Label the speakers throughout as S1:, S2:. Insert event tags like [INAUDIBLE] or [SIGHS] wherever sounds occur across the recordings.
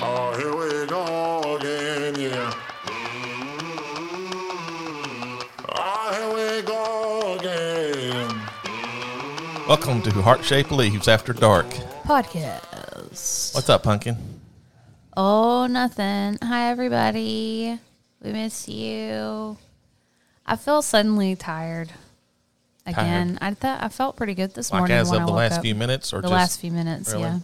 S1: Oh, here we go again, yeah. Ah, here we go again.
S2: Welcome to Heart Shaped Leaves After Dark.
S3: podcast.
S2: What's up, Pumpkin?
S3: Oh, nothing. Hi, everybody. We miss you. I feel suddenly tired. Again, I thought I felt pretty good this
S2: Like
S3: morning.
S2: as
S3: when
S2: of
S3: I
S2: the
S3: woke
S2: last
S3: up.
S2: few minutes, or
S3: the
S2: just
S3: last few minutes,
S2: Really?
S3: yeah.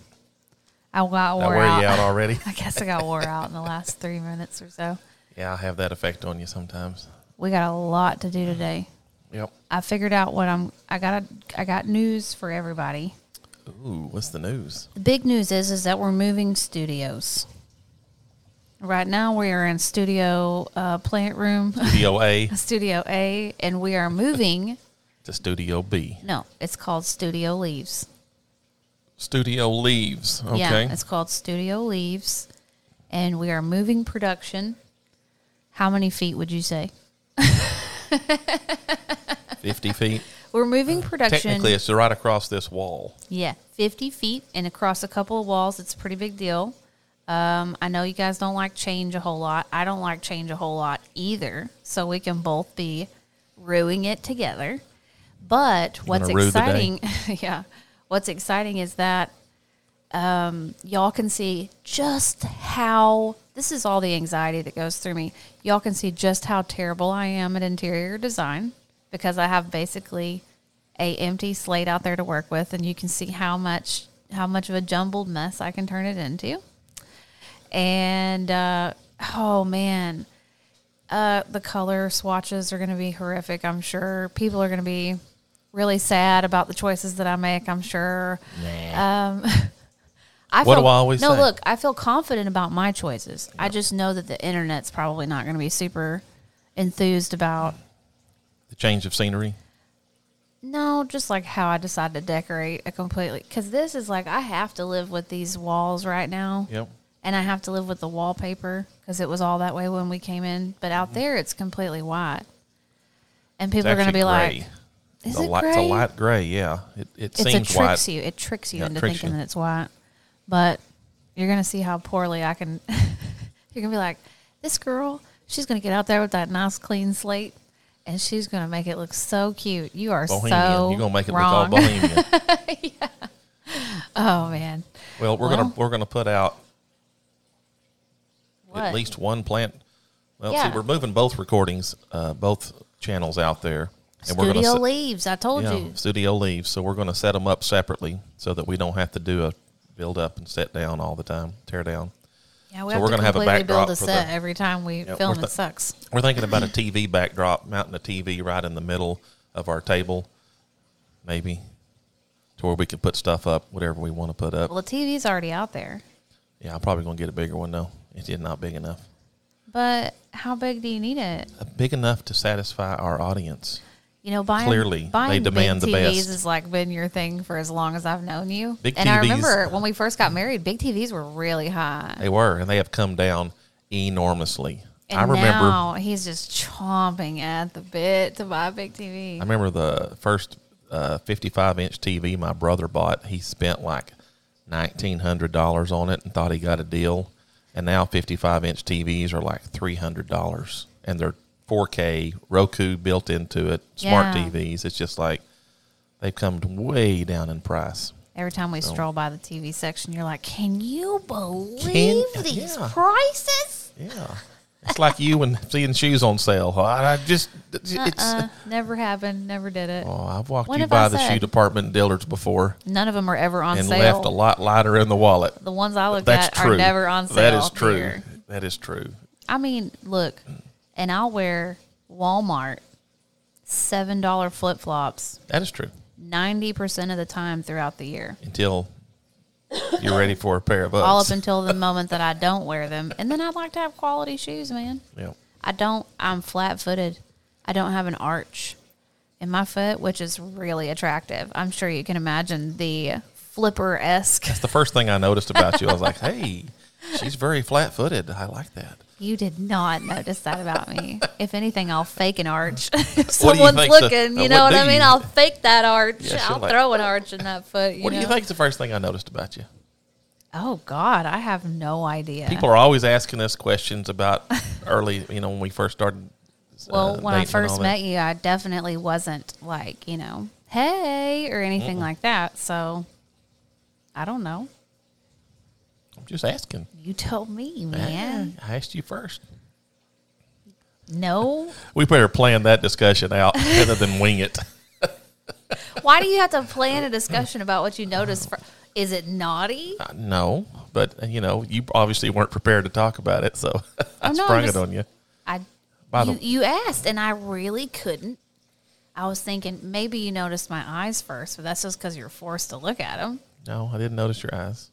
S3: I got
S2: Did I
S3: wore
S2: wear
S3: out. [LAUGHS]
S2: you out already?
S3: I guess I got wore out in the last three minutes or so.
S2: yeah, I have that effect on you sometimes.
S3: We got a lot to do today.
S2: Yep.
S3: I figured out what I'm. I got. A, I got news for everybody.
S2: Ooh, what's the news?
S3: The big news is is that we're moving studios. Right now we are in studio uh, plant room, [LAUGHS]
S2: Studio A
S3: studio A, and we are moving.
S2: to Studio B.
S3: No, it's called Studio Leaves.
S2: Studio leaves. Okay. [LAUGHS]
S3: Yeah, it's called Studio Leaves, and we are moving production. How many feet would you say?
S2: 50 feet.
S3: We're moving production.
S2: Uh, Technically, it's right across this wall.
S3: Yeah, 50 feet and across a couple of walls. It's a pretty big deal. Um, I know you guys don't like change a whole lot. I don't like change a whole lot either. So we can both be ruining it together. But what's
S2: rue the day?
S3: exciting, [LAUGHS] yeah, what's exciting is that um, y'all can see just how this is all the anxiety that goes through me. Y'all can see just how terrible I am at interior design because I have basically a empty slate out there to work with, and you can see how much how much of a jumbled mess I can turn it into. And uh, oh man, uh, the color swatches are going to be horrific. I'm sure people are going to be really sad about the choices that I make. I'm sure. Um, [LAUGHS] I
S2: What
S3: feel,
S2: do I always
S3: no
S2: say?
S3: look. I feel confident about my choices. I just know that the internet's probably not going to be super enthused about.
S2: The change of scenery.
S3: No, just like how I decided to decorate a completely because this is like I have to live with these walls right now
S2: Yep.
S3: and I have to live with the wallpaper because it was all that way when we came in. But out there, it's completely white, and people are going to be
S2: Mm-hmm. actually
S3: like,
S2: gray.
S3: "Is
S2: It's a
S3: it
S2: li-
S3: gray?
S2: It's a light gray, yeah. It, it
S3: It's a
S2: seems
S3: tricks
S2: white.
S3: you. It tricks you
S2: Yeah, it
S3: into
S2: tricks
S3: thinking
S2: you.
S3: that it's white, but you're going to see how poorly I can. [LAUGHS] you're going to be like, "This girl, she's going to get out there with that nice clean slate." And she's gonna make it look so cute. You are
S2: Bohemian.
S3: so
S2: You're gonna make it
S3: wrong. [LAUGHS]
S2: look all bohemian.
S3: oh man,
S2: well, we're gonna
S3: Well.
S2: we're gonna put out
S3: what?
S2: at least one plant. Well,
S3: Yeah.
S2: see, we're moving both recordings, uh, both channels out there,
S3: studio
S2: gonna se-
S3: leaves. I told
S2: yeah,
S3: you.
S2: studio leaves. So we're going to set them up separately so that we don't have to do a build up and set down all the time, tear down.
S3: Yeah, we
S2: So
S3: have
S2: we're
S3: to
S2: gonna have a
S3: completely
S2: backdrop
S3: build a
S2: for
S3: set
S2: the-
S3: every time we
S2: Yeah,
S3: film.
S2: we're th-
S3: it sucks.
S2: We're thinking
S3: [LAUGHS]
S2: about a TV backdrop, mounting a TV right in the middle of our table, maybe, to where we can put stuff up, whatever we want to put up.
S3: Well, the TV's already out there,
S2: Yeah, I'm probably going to get a bigger one though. It's not big enough.
S3: but how big do you need it?
S2: Uh, Big enough to satisfy our audience.
S3: You know, buying
S2: Clearly, they
S3: buying
S2: demand the
S3: big TVs
S2: best.
S3: has like been your thing for as long as I've known you.
S2: Big uh,
S3: and I
S2: TVs.
S3: remember when we first got married, big TVs were really high.
S2: They were, and they have come down enormously.
S3: And
S2: I remember.
S3: now he's just chomping at the bit to buy a big TV.
S2: I remember the first uh, 55 inch TV my brother bought. He spent like $1,900 on it and thought he got a deal. And now 55 inch TVs are like $300 and they're 4K, Roku built into it, smart
S3: Yeah.
S2: TVs. It's just like they've come way down in price.
S3: Every time we stroll by the TV section, you're like, "Can you believe
S2: Can-
S3: these
S2: uh, yeah.
S3: prices?"
S2: Yeah. It's like you and seeing shoes on sale. I I just, it's,
S3: Uh, never happened. Never did it.
S2: oh, I've walked
S3: What
S2: you
S3: have
S2: by
S3: I
S2: the shoe
S3: said?
S2: department in Dillard's before
S3: None of them are ever on
S2: and
S3: sale.
S2: left a lot lighter in the wallet.
S3: The ones I look
S2: That's
S3: at
S2: true.
S3: are never on sale.
S2: That is true.
S3: here.
S2: That is true.
S3: I mean, look, and I'll wear Walmart seven dollar flip flops
S2: That is true.
S3: ninety percent of the time throughout the year.
S2: Until you're ready for a pair of Uggs.
S3: All up until the moment that I don't wear them. And then I'd like to have quality shoes, man.
S2: yeah.
S3: I don't I'm flat footed. I don't have an arch in my foot, which is really attractive. I'm sure you can imagine the flipper esque
S2: It's the first thing I noticed about you. I was like, [LAUGHS] hey, she's very flat footed. I like that.
S3: You did not notice that about me. If anything, I'll fake an arch. [LAUGHS]
S2: What
S3: if
S2: do you
S3: someone's
S2: think the-
S3: looking,
S2: uh,
S3: you know
S2: what
S3: what
S2: do
S3: I mean?
S2: you-
S3: I'll fake that arch.
S2: Yeah, she'll
S3: I'll
S2: like-
S3: throw an arch in that foot. You
S2: What do
S3: know?
S2: you think is the first thing I noticed about you?
S3: Oh God, I have no idea.
S2: People are always asking us questions
S3: [LAUGHS]
S2: about early, you know, when we first started. uh,
S3: well, when I
S2: dating and all
S3: first
S2: that.
S3: met you, I definitely wasn't like you know, hey or anything like that. So I don't know.
S2: I'm just asking.
S3: You told
S2: [LAUGHS]
S3: me, man.
S2: I asked you first.
S3: No,
S2: We better plan that discussion
S3: [LAUGHS]
S2: out rather than wing it.
S3: why do you have to plan a discussion about what you noticed? For, is it naughty?
S2: Uh, no, but uh, you know, you obviously weren't prepared to talk about it, so [LAUGHS] I
S3: Oh, no, I'm
S2: sprung
S3: just-
S2: it on you.
S3: I
S2: By
S3: you,
S2: the-
S3: you asked and I really couldn't. I was thinking maybe you noticed my eyes first, but that's just because you're forced to look at them.
S2: No, I didn't notice your eyes.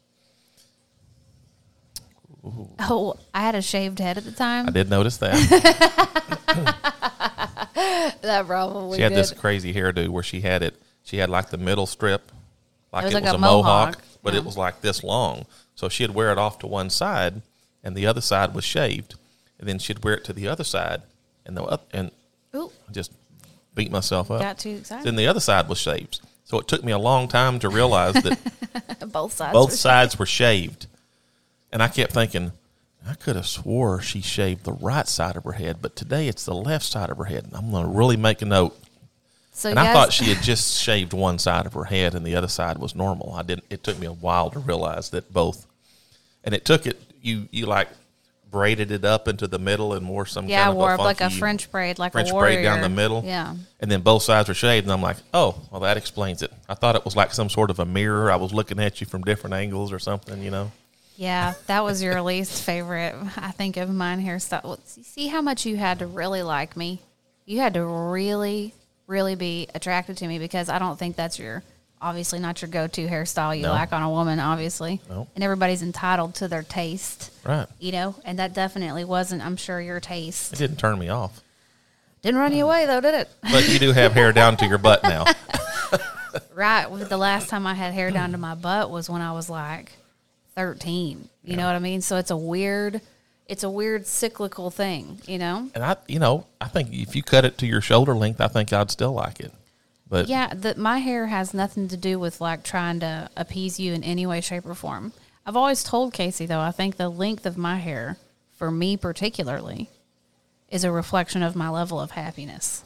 S3: Oh, I had a shaved head at the
S2: I
S3: time.
S2: did notice that.
S3: [LAUGHS] That probably
S2: she had
S3: did.
S2: this crazy hairdo where she had it. She had like the middle strip, like
S3: It
S2: it
S3: was
S2: was,
S3: like a
S2: a, mohawk,
S3: mohawk,
S2: but
S3: yeah.
S2: it was like this long. So she'd wear it off to one side, and the other side was shaved, and then she'd wear it to the other side, and the oth- and
S3: Ooh,
S2: I just beat myself up.
S3: got too excited.
S2: Then the other side was shaved. So it took me a long time to realize that
S3: [LAUGHS] both sides.
S2: both
S3: were-
S2: sides were shaved. And I kept thinking, I could have swore she shaved the right side of her head, but today it's the left side of her head. And I'm going to really make a note.
S3: So
S2: And
S3: you
S2: I
S3: guys,
S2: thought she had just shaved one side of her head and the other side was normal. I didn't. It took me a while to realize that both. And it took it. You you like braided it up into the middle and wore some.
S3: [LAUGHS] yeah,
S2: kind
S3: wore
S2: of a
S3: like a
S2: funky
S3: French braid, like
S2: French
S3: a warrior.
S2: braid down the middle.
S3: Yeah,
S2: And then both sides were shaved, and I'm like, oh, well, that explains it. I thought it was like some sort of a mirror. I was looking at you from different angles or something, you know.
S3: yeah, that was your least favorite. I think of mine hairstyle. Well, see- see how much you had to really like me. You had to really, really be attracted to me because I don't think that's your obviously not your go-to hairstyle you
S2: No.
S3: like on a woman. Obviously,
S2: No.
S3: and everybody's entitled to their taste.
S2: Right.
S3: You know, and that definitely wasn't, I'm sure, your
S2: It
S3: taste.
S2: didn't turn me off.
S3: Didn't run you away though, did it?
S2: But you do have hair down to your butt now.
S3: Right. well, The last time I had hair down to my butt was when I was like 13. You know what I mean? So it's a weird, it's a weird cyclical thing, you know?
S2: And I, you know, I think if you cut it to your shoulder length, I think I'd still like it. But
S3: Yeah. The, my hair has nothing to do with like trying to appease you in any way, shape, or form. I've always told Casey, though, I think the length of my hair, for me particularly, is a reflection of my level of happiness.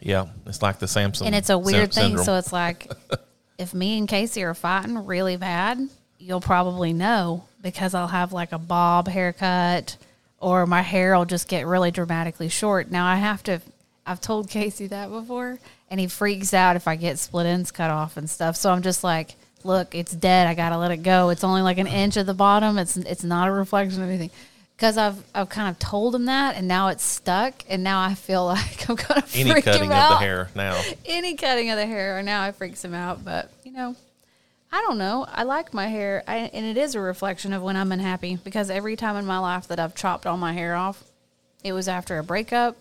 S2: yeah, it's like the Samson.
S3: And it's a weird
S2: syn-
S3: thing.
S2: syndrome.
S3: So it's like,
S2: [LAUGHS]
S3: if me and Casey are fighting really bad, you'll probably know because I'll have like a bob haircut or my hair will just get really dramatically short. Now I have to, I've told Casey that before and he freaks out if I get split ends cut off and stuff. So I'm just like, look, it's dead. I got to let it go. It's
S2: [LAUGHS]
S3: only like an inch at the bottom. It's, it's not a reflection of anything. Because I've, I've kind of told him that, and now it's stuck, and now I feel [LAUGHS] like I'm gonna freak
S2: any cutting
S3: him
S2: of
S3: out
S2: the hair now.
S3: any cutting of the hair or now it freaks him out but you know i don't know i like my hair I, and it is a reflection of when i'm unhappy because every time in my life that i've chopped all my hair off it was after a breakup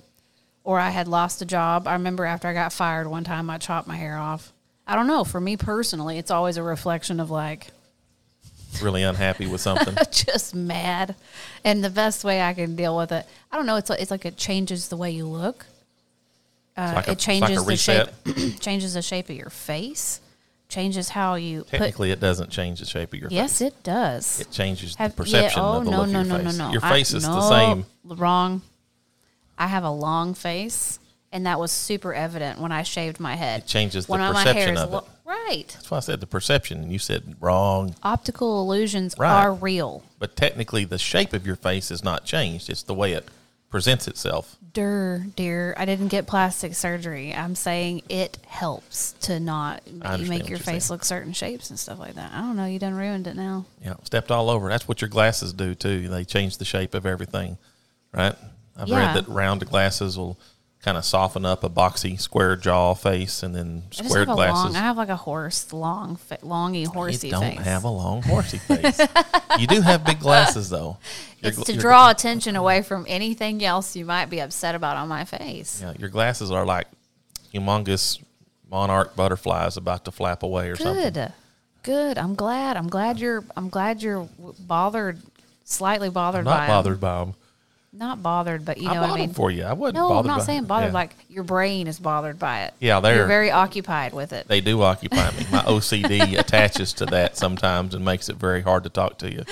S3: or i had lost a job i remember after i got fired one time i chopped my hair off i don't know for me personally it's always a reflection of like [LAUGHS]
S2: Really unhappy with something.
S3: Uh, just mad and the best way i can deal with it i don't know it's, it's like it changes the way you look
S2: It's like a-
S3: it
S2: it's like a
S3: changes the
S2: reset.
S3: shape [CLEARS THROAT] changes the shape of your face changes how you put
S2: Technically, it doesn't change the shape of your
S3: yes it does
S2: It changes
S3: Have- oh,
S2: the perception of the look of your face. Your face
S3: I-
S2: is
S3: no,
S2: the same.
S3: wrong i have a long face and that was super evident when i shaved my head
S2: It changes the
S3: when my
S2: perception
S3: hair is
S2: of
S3: lo-
S2: it.
S3: right
S2: That's why I said the perception, and you said wrong.
S3: optical illusions
S2: Right.
S3: are real
S2: But technically, the shape of your face is not changed. It's the way it presents itself.
S3: Dur, dear, I didn't get plastic surgery. I'm saying it helps to not
S2: I understand
S3: make
S2: what
S3: your
S2: you're
S3: face
S2: saying.
S3: look certain shapes and stuff like that. I don't know. You done ruined it now.
S2: Yeah, stepped all over. That's what your glasses do too. They change the shape of everything, right? I've
S3: Yeah.
S2: read that round glasses will kind of soften up a boxy, square jaw face, and then
S3: I just have
S2: squared
S3: a
S2: glasses.
S3: long. I have like a horse, long, fa- longy, horsey
S2: you don't
S3: face.
S2: have a
S3: [LAUGHS]
S2: long horsey face. you do have big glasses though. Your
S3: it's
S2: gl-
S3: to
S2: your-
S3: draw attention away from anything else you might be upset about on my face.
S2: Yeah, your glasses are like humongous monarch butterflies about to flap away or something.
S3: Good, good. I'm glad. I'm glad you're. I'm glad you're w- bothered, slightly bothered
S2: I'm
S3: by
S2: not
S3: 'em.
S2: bothered by them.
S3: not bothered, but you know
S2: I'm
S3: what I
S2: bothered
S3: mean.
S2: for you. I wouldn't.
S3: No, I'm
S2: bothered
S3: not
S2: by-
S3: saying bothered.
S2: yeah.
S3: Like your brain is bothered by it.
S2: Yeah, they're-
S3: you're very occupied with it.
S2: they do occupy me.
S3: [LAUGHS]
S2: My OCD attaches to that sometimes and makes it very hard to talk to you.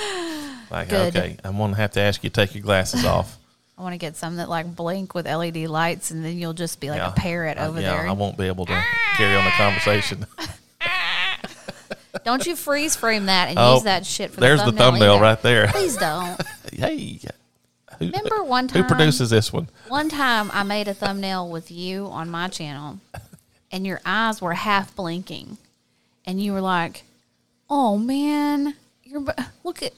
S2: Like,
S3: Good.
S2: okay, I'm gonna have to ask you to take your
S3: [LAUGHS]
S2: glasses off.
S3: I want to get some that like blink with LED lights, and then you'll just be like
S2: Yeah.
S3: a parrot
S2: Uh,
S3: over
S2: yeah,
S3: there. Ah!
S2: I won't be able to carry on the conversation.
S3: Don't you freeze frame that and
S2: Oh,
S3: use that shit for
S2: [LAUGHS] There's
S3: the
S2: the
S3: thumbnail,
S2: thumbnail
S3: either.
S2: right there.
S3: Please don't.
S2: [LAUGHS] hey, who,
S3: Remember one
S2: who
S3: time
S2: produces this one?
S3: One time I made a thumbnail with you on my channel, and your eyes were half blinking, and you were like, "Oh man, you're b- look at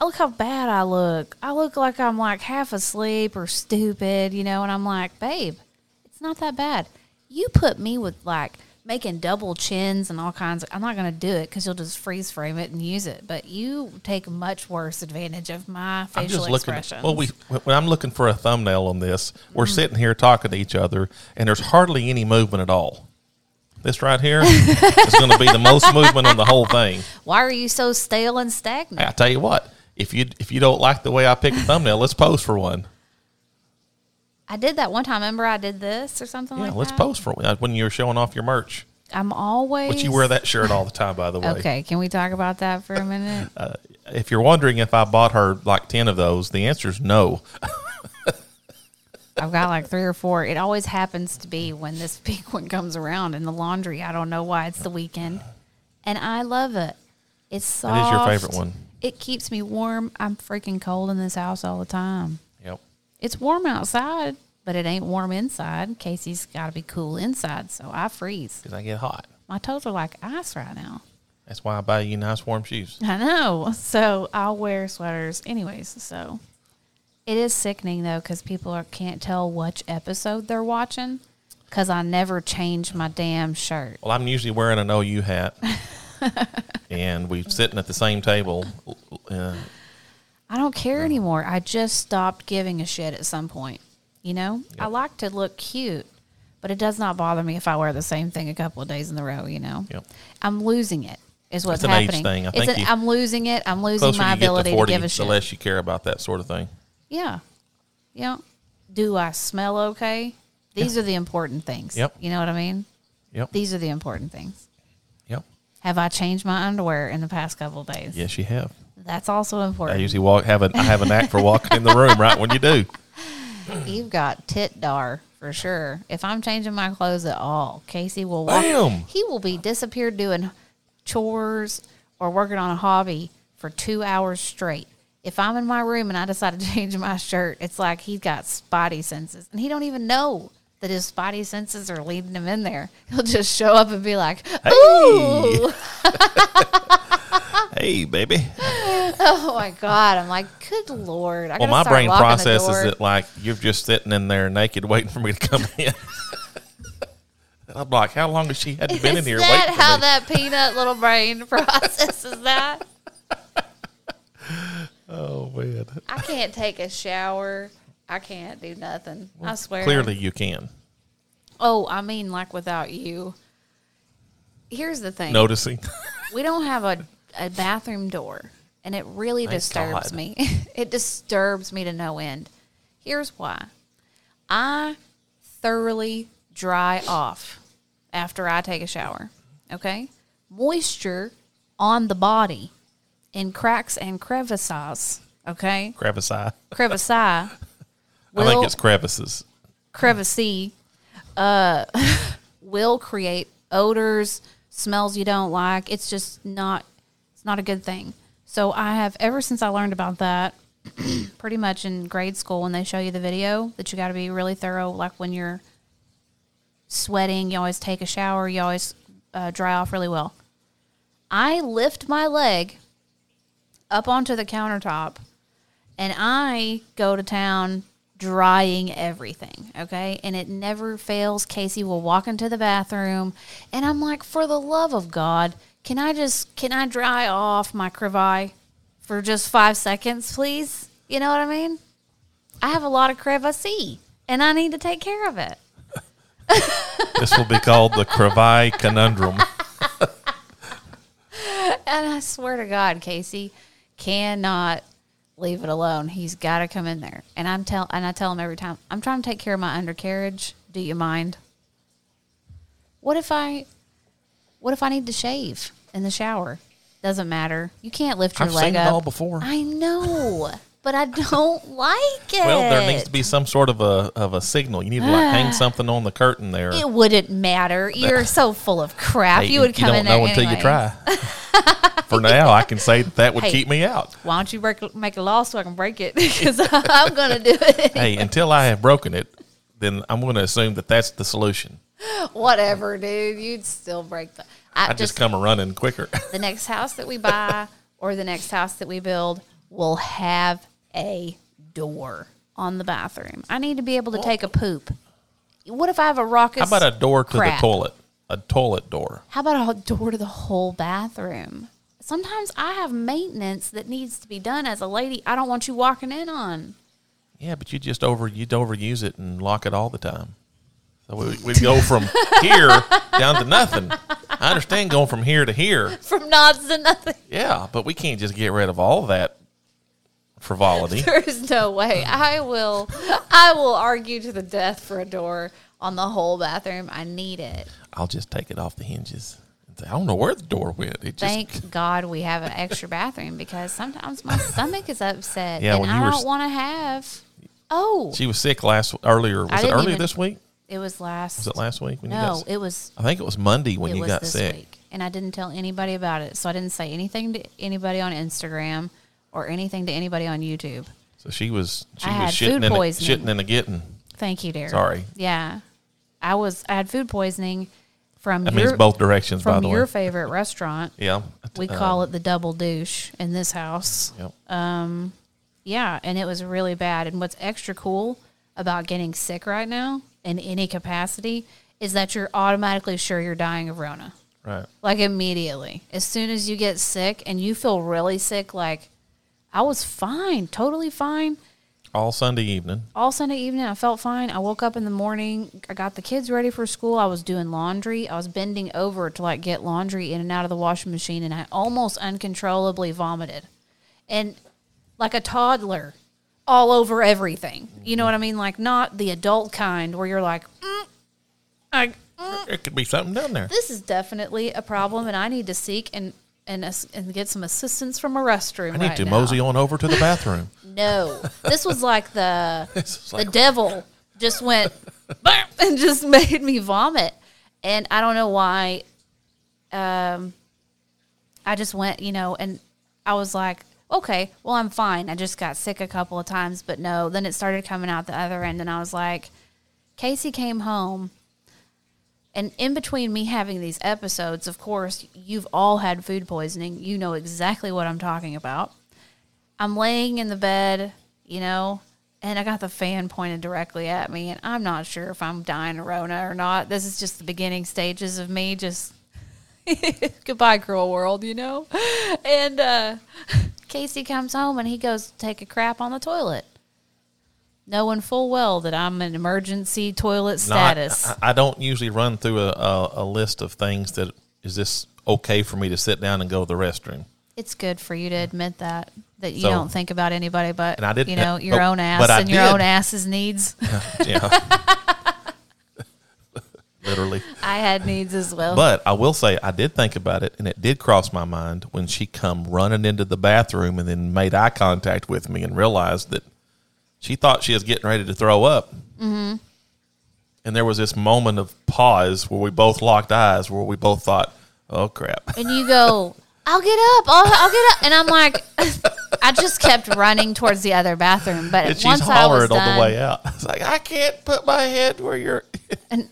S3: look how bad I look. I look like I'm like half asleep or stupid, you know." And I'm like, "Babe, it's not that bad. You put me with like." Making double chins and all kinds. Of, I'm not going to do it because you'll just freeze frame it and use it. But you take much worse advantage of my
S2: I'm
S3: facial
S2: just looking.
S3: expression.
S2: Well, we when I'm looking for a thumbnail on this, we're
S3: Mm.
S2: sitting here talking to each other, and there's hardly any movement at all. This right here is going to be the most movement on the whole thing.
S3: Why are you so stale and stagnant?
S2: Hey, I tell you what, if you if you don't like the way I pick a thumbnail, let's post for one.
S3: I did that one time. Remember, I did this or something
S2: Yeah,
S3: like
S2: let's
S3: that.
S2: post for one. Like When you were showing off your merch,
S3: I'm always.
S2: but you wear that shirt all the time, by the way.
S3: Okay, can we talk about that for
S2: [LAUGHS]
S3: a minute?
S2: If you're wondering if I bought her like ten of those, the answer is no.
S3: I've got like three or four. It always happens to be when this [LAUGHS] big one comes around in the laundry. I don't know why it's the weekend, and I love it. It's soft.
S2: That is your favorite one.
S3: It keeps me warm. I'm freaking cold in this house all the time.
S2: Yep.
S3: It's warm outside, but it ain't warm inside. Casey's got to be cool inside, so I freeze.
S2: Because I get hot.
S3: My toes are like ice right now.
S2: That's why I buy you nice warm shoes.
S3: I know. So I'll wear sweaters anyways. So it is sickening though because people are, can't tell which episode they're watching because I never change my damn shirt.
S2: Well, I'm usually wearing an OU
S3: [LAUGHS]
S2: hat, and we're sitting at the same table. Uh,
S3: I don't care anymore. I just stopped giving a shit at some point. You know, I like to look cute, but it does not bother me if I wear the same thing a couple of days in a row. You know,
S2: Yep.
S3: I'm losing it. Is
S2: It's
S3: what's
S2: an age
S3: happening.
S2: thing. I
S3: It's
S2: think
S3: an-
S2: you-
S3: I'm losing it. I'm losing
S2: closer
S3: my
S2: you get to
S3: ability to
S2: forty,
S3: give a
S2: the
S3: shit.
S2: less you care about that sort of thing.
S3: Yeah. Yeah. Do I smell okay? These are the important things.
S2: Yep.
S3: You know what I mean?
S2: Yep.
S3: These are the important things.
S2: Yep.
S3: Have I changed my underwear in the past couple of days?
S2: Yes, you have.
S3: That's also
S2: I
S3: important.
S2: usually walk have a I have a knack for walking in the room right when you do.
S3: You've got tit dar for sure. If I'm changing my clothes at all, Casey will walk.
S2: Bam!
S3: He will be disappeared doing chores or working on a hobby for two hours straight. If I'm in my room and I decide to [LAUGHS] change my shirt, it's like he's got spotty senses and he don't even know that his spotty senses are leading him in there. He'll just show up and be like, [LAUGHS] "Ooh,
S2: [LAUGHS] Hey,
S3: [LAUGHS]
S2: baby.
S3: oh my god!" I'm like, "Good lord!" I
S2: Well,
S3: gotta
S2: my
S3: start
S2: brain
S3: locking the
S2: processes
S3: door.
S2: it like you're just sitting in there naked, waiting for me to come
S3: [LAUGHS]
S2: in. and I'm like, how long has she had
S3: [LAUGHS]
S2: been in
S3: Is
S2: here
S3: that
S2: waiting for
S3: how
S2: me?
S3: that peanut little brain [LAUGHS] processes that?
S2: oh man.
S3: I can't take a shower. I can't do nothing. I swear.
S2: Clearly, you can
S3: Oh, I mean, like without you. Here's the thing.
S2: noticing. [LAUGHS]
S3: We don't have a, a bathroom door, and it really disturbs
S2: God.
S3: me. [LAUGHS] it disturbs me to no end. Here's why I thoroughly dry off after I take a shower. Okay? Moisture on the body in cracks and crevices. Okay?
S2: crevice eye.
S3: Crevice eye.
S2: I
S3: will-
S2: think it's crevices.
S3: crevice uh, [LAUGHS] will create odors, smells you don't like. It's just not it's not a good thing. So I have ever since I learned about that [CLEARS THROAT] pretty much in grade school when they show you the video that you got to be really thorough like when you're sweating, you always take a shower, you always uh, dry off really well. I lift my leg up onto the countertop and I go to town drying everything, okay? And it never fails. Casey will walk into the bathroom and I'm like, "For the love of God, can I just can I dry off my crevi for just 5 seconds, please?" You know what I mean? I have a lot of crevice and I need to take care of it.
S2: This will be called the crevi
S3: [LAUGHS]
S2: conundrum.
S3: And I swear to God, Casey cannot leave it alone. He's got to come in there. And I'm tell and I tell him every time, I'm trying to take care of my undercarriage. Do you mind? What if I what if I need to shave in the shower? Doesn't matter. You can't lift your
S2: I've
S3: leg
S2: seen it
S3: up.
S2: all before.
S3: I know, but I don't [LAUGHS] like it.
S2: Well, there needs to be some sort of a of a signal. You need to like
S3: [SIGHS]
S2: hang something on the curtain there.
S3: It wouldn't matter. You're so full of crap.
S2: Hey,
S3: you would come
S2: don't
S3: in there
S2: know until
S3: anyway.
S2: you try.
S3: [LAUGHS]
S2: For now, I can say that, that would
S3: Hey.
S2: keep me out.
S3: Why don't you break, make a law so I can break it? [LAUGHS] Because I'm gonna do it.
S2: Hey, until I have broken it, then I'm going to assume that that's the solution.
S3: Whatever, dude. You'd still break the. I,
S2: I
S3: just,
S2: just come a running quicker. [LAUGHS]
S3: the next house that we buy or the next house that we build will have a door on the bathroom. I need to be able to take a poop. What if I have a raucous?
S2: How about a door to
S3: crap.
S2: the toilet? A toilet door.
S3: How about a door to the whole bathroom? Sometimes I have maintenance that needs to be done as a lady. I don't want you walking in on.
S2: Yeah, but you just over you'd overuse it and lock it all the time. So we, we'd go from [LAUGHS] here down to nothing. I understand going from here to here.
S3: From nods to nothing. [LAUGHS]
S2: Yeah, but we can't just get rid of all that
S3: [LAUGHS]
S2: frivolity.
S3: There's no way. I will I will argue to the death for a door on the whole bathroom. I need it.
S2: I'll just take it off the hinges. I don't know where the door went. It just
S3: Thank God we have an extra bathroom because
S2: [LAUGHS]
S3: sometimes my stomach is upset
S2: Yeah,
S3: and
S2: when
S3: I
S2: you were
S3: don't
S2: s-
S3: want to have. Oh,
S2: she was sick last earlier. Was it
S3: didn't
S2: earlier
S3: even-
S2: this week?
S3: it was last.
S2: Was it last week when you got
S3: No,
S2: sick?
S3: it was.
S2: I think it was Monday when
S3: it
S2: you
S3: was
S2: got
S3: this
S2: sick.
S3: week, and I didn't tell anybody about it, so I didn't say anything to anybody on Instagram or anything to anybody on YouTube.
S2: So she was she
S3: I
S2: was
S3: had food
S2: shitting and a,
S3: poisoning.
S2: shitting and a getting.
S3: Thank you, Derek.
S2: Sorry.
S3: Yeah, I was. I had food poisoning from
S2: That
S3: your
S2: means both directions by
S3: from
S2: the
S3: your
S2: way.
S3: favorite
S2: [LAUGHS]
S3: restaurant.
S2: Yeah.
S3: We
S2: Uh,
S3: call it the double douche in this house.
S2: yep.
S3: Yeah, and it was really bad. And what's extra cool about getting sick right now in any capacity is that you're automatically sure you're dying of Rona.
S2: Right.
S3: Like immediately. As soon as you get sick and you feel really sick, like I was fine, totally fine.
S2: All Sunday evening.
S3: All Sunday evening, I felt fine. I woke up in the morning. I got the kids ready for school. I was doing laundry. I was bending over to like get laundry in and out of the washing machine, and I almost uncontrollably vomited. And like a toddler all over everything. You know what I mean? Like not the adult kind where you're like, mm, I,
S2: There could be something down there.
S3: this is definitely a problem, and I need to seek and and ass- and get some assistance from a restroom.
S2: I need
S3: right
S2: to
S3: now."
S2: mosey on over to the bathroom.
S3: No, this was like [LAUGHS] the
S2: It's just
S3: the
S2: like,
S3: devil just
S2: [LAUGHS]
S3: went "Bam," and just made me vomit and i don't know why um i just went you know and i was like okay well i'm fine i just got sick a couple of times but no then it started coming out the other end and i was like casey came home and in between me having these episodes of course you've all had food poisoning you know exactly what i'm talking about I'm laying in the bed, you know, and I got the fan pointed directly at me, and I'm not sure if I'm dying of Rona or not. This is just the beginning stages of me just [LAUGHS] goodbye, girl world, you know? And uh, Casey comes home and he goes to take a crap on the toilet, knowing full well that I'm in emergency toilet
S2: not, uh,
S3: status.
S2: I, I don't usually run through a, a, a list of things that is this okay for me to sit down and go to the restroom.
S3: it's good for you to admit that. That you
S2: So-
S3: don't think about anybody but
S2: And I didn't- [LAUGHS]
S3: you know your
S2: but-
S3: own ass
S2: but I
S3: and your
S2: did.
S3: own ass's needs. [LAUGHS]
S2: Yeah. Literally.
S3: I had needs as well.
S2: But I will say I did think about it and it did cross my mind when she come running into the bathroom and then made eye contact with me and realized that she thought she was getting ready to throw up. Mm-hmm. And there was this moment of pause where we both locked eyes where we both thought, "Oh crap."
S3: [LAUGHS] and you go, I'll get up, I'll, I'll get up, and I'm like, I just kept running towards the other bathroom, but
S2: And she's
S3: once I was
S2: hollered
S3: done,
S2: on the way out. [LAUGHS] It's like, "I can't put my head where you're [LAUGHS]
S3: and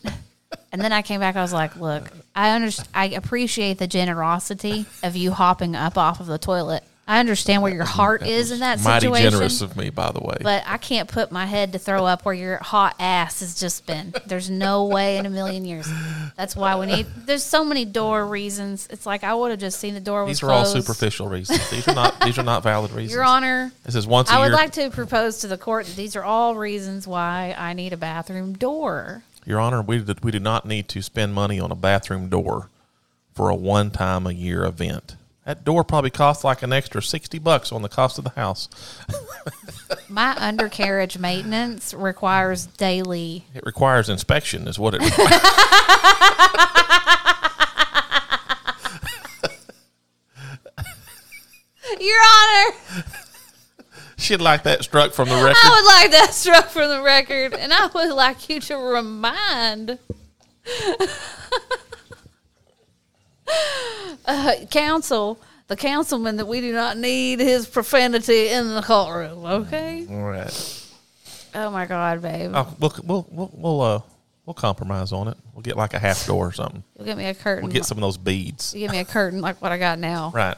S3: then I came back, I was like, look, I understand, I appreciate the generosity of you hopping up off of the toilet. I understand where your heart is in that
S2: mighty
S3: situation,
S2: generous of me, by the way."
S3: but I can't put my head to throw up where your hot ass has just been. There's no way in a million years. That's why we need. There's so many door reasons. It's like I would have just seen the door was
S2: these are all
S3: closed.
S2: superficial reasons. These are not these are not valid reasons.
S3: [LAUGHS] Your Honor,
S2: This is once a
S3: I would
S2: year.
S3: like to propose to the court that these are all reasons why I need a bathroom door.
S2: Your Honor, we do, we do not need to spend money on a bathroom door for a one time a year event. That door probably costs like an extra sixty bucks on the cost of the house.
S3: My undercarriage maintenance requires daily.
S2: It requires inspection, is what it. [LAUGHS]
S3: Your Honor,
S2: She'd like that struck from the
S3: I
S2: record.
S3: would like that struck from the record, and I would like you to remind. [LAUGHS] uh, counsel, the councilman, that we do not need his profanity in the courtroom, okay?
S2: All right.
S3: Oh my God, babe.
S2: I'll- we'll we'll we'll we'll, uh, we'll compromise on it. We'll get like a half door or something.
S3: You'll get me a curtain.
S2: We'll get some of those beads.
S3: You give me a curtain like what I got now.
S2: Right.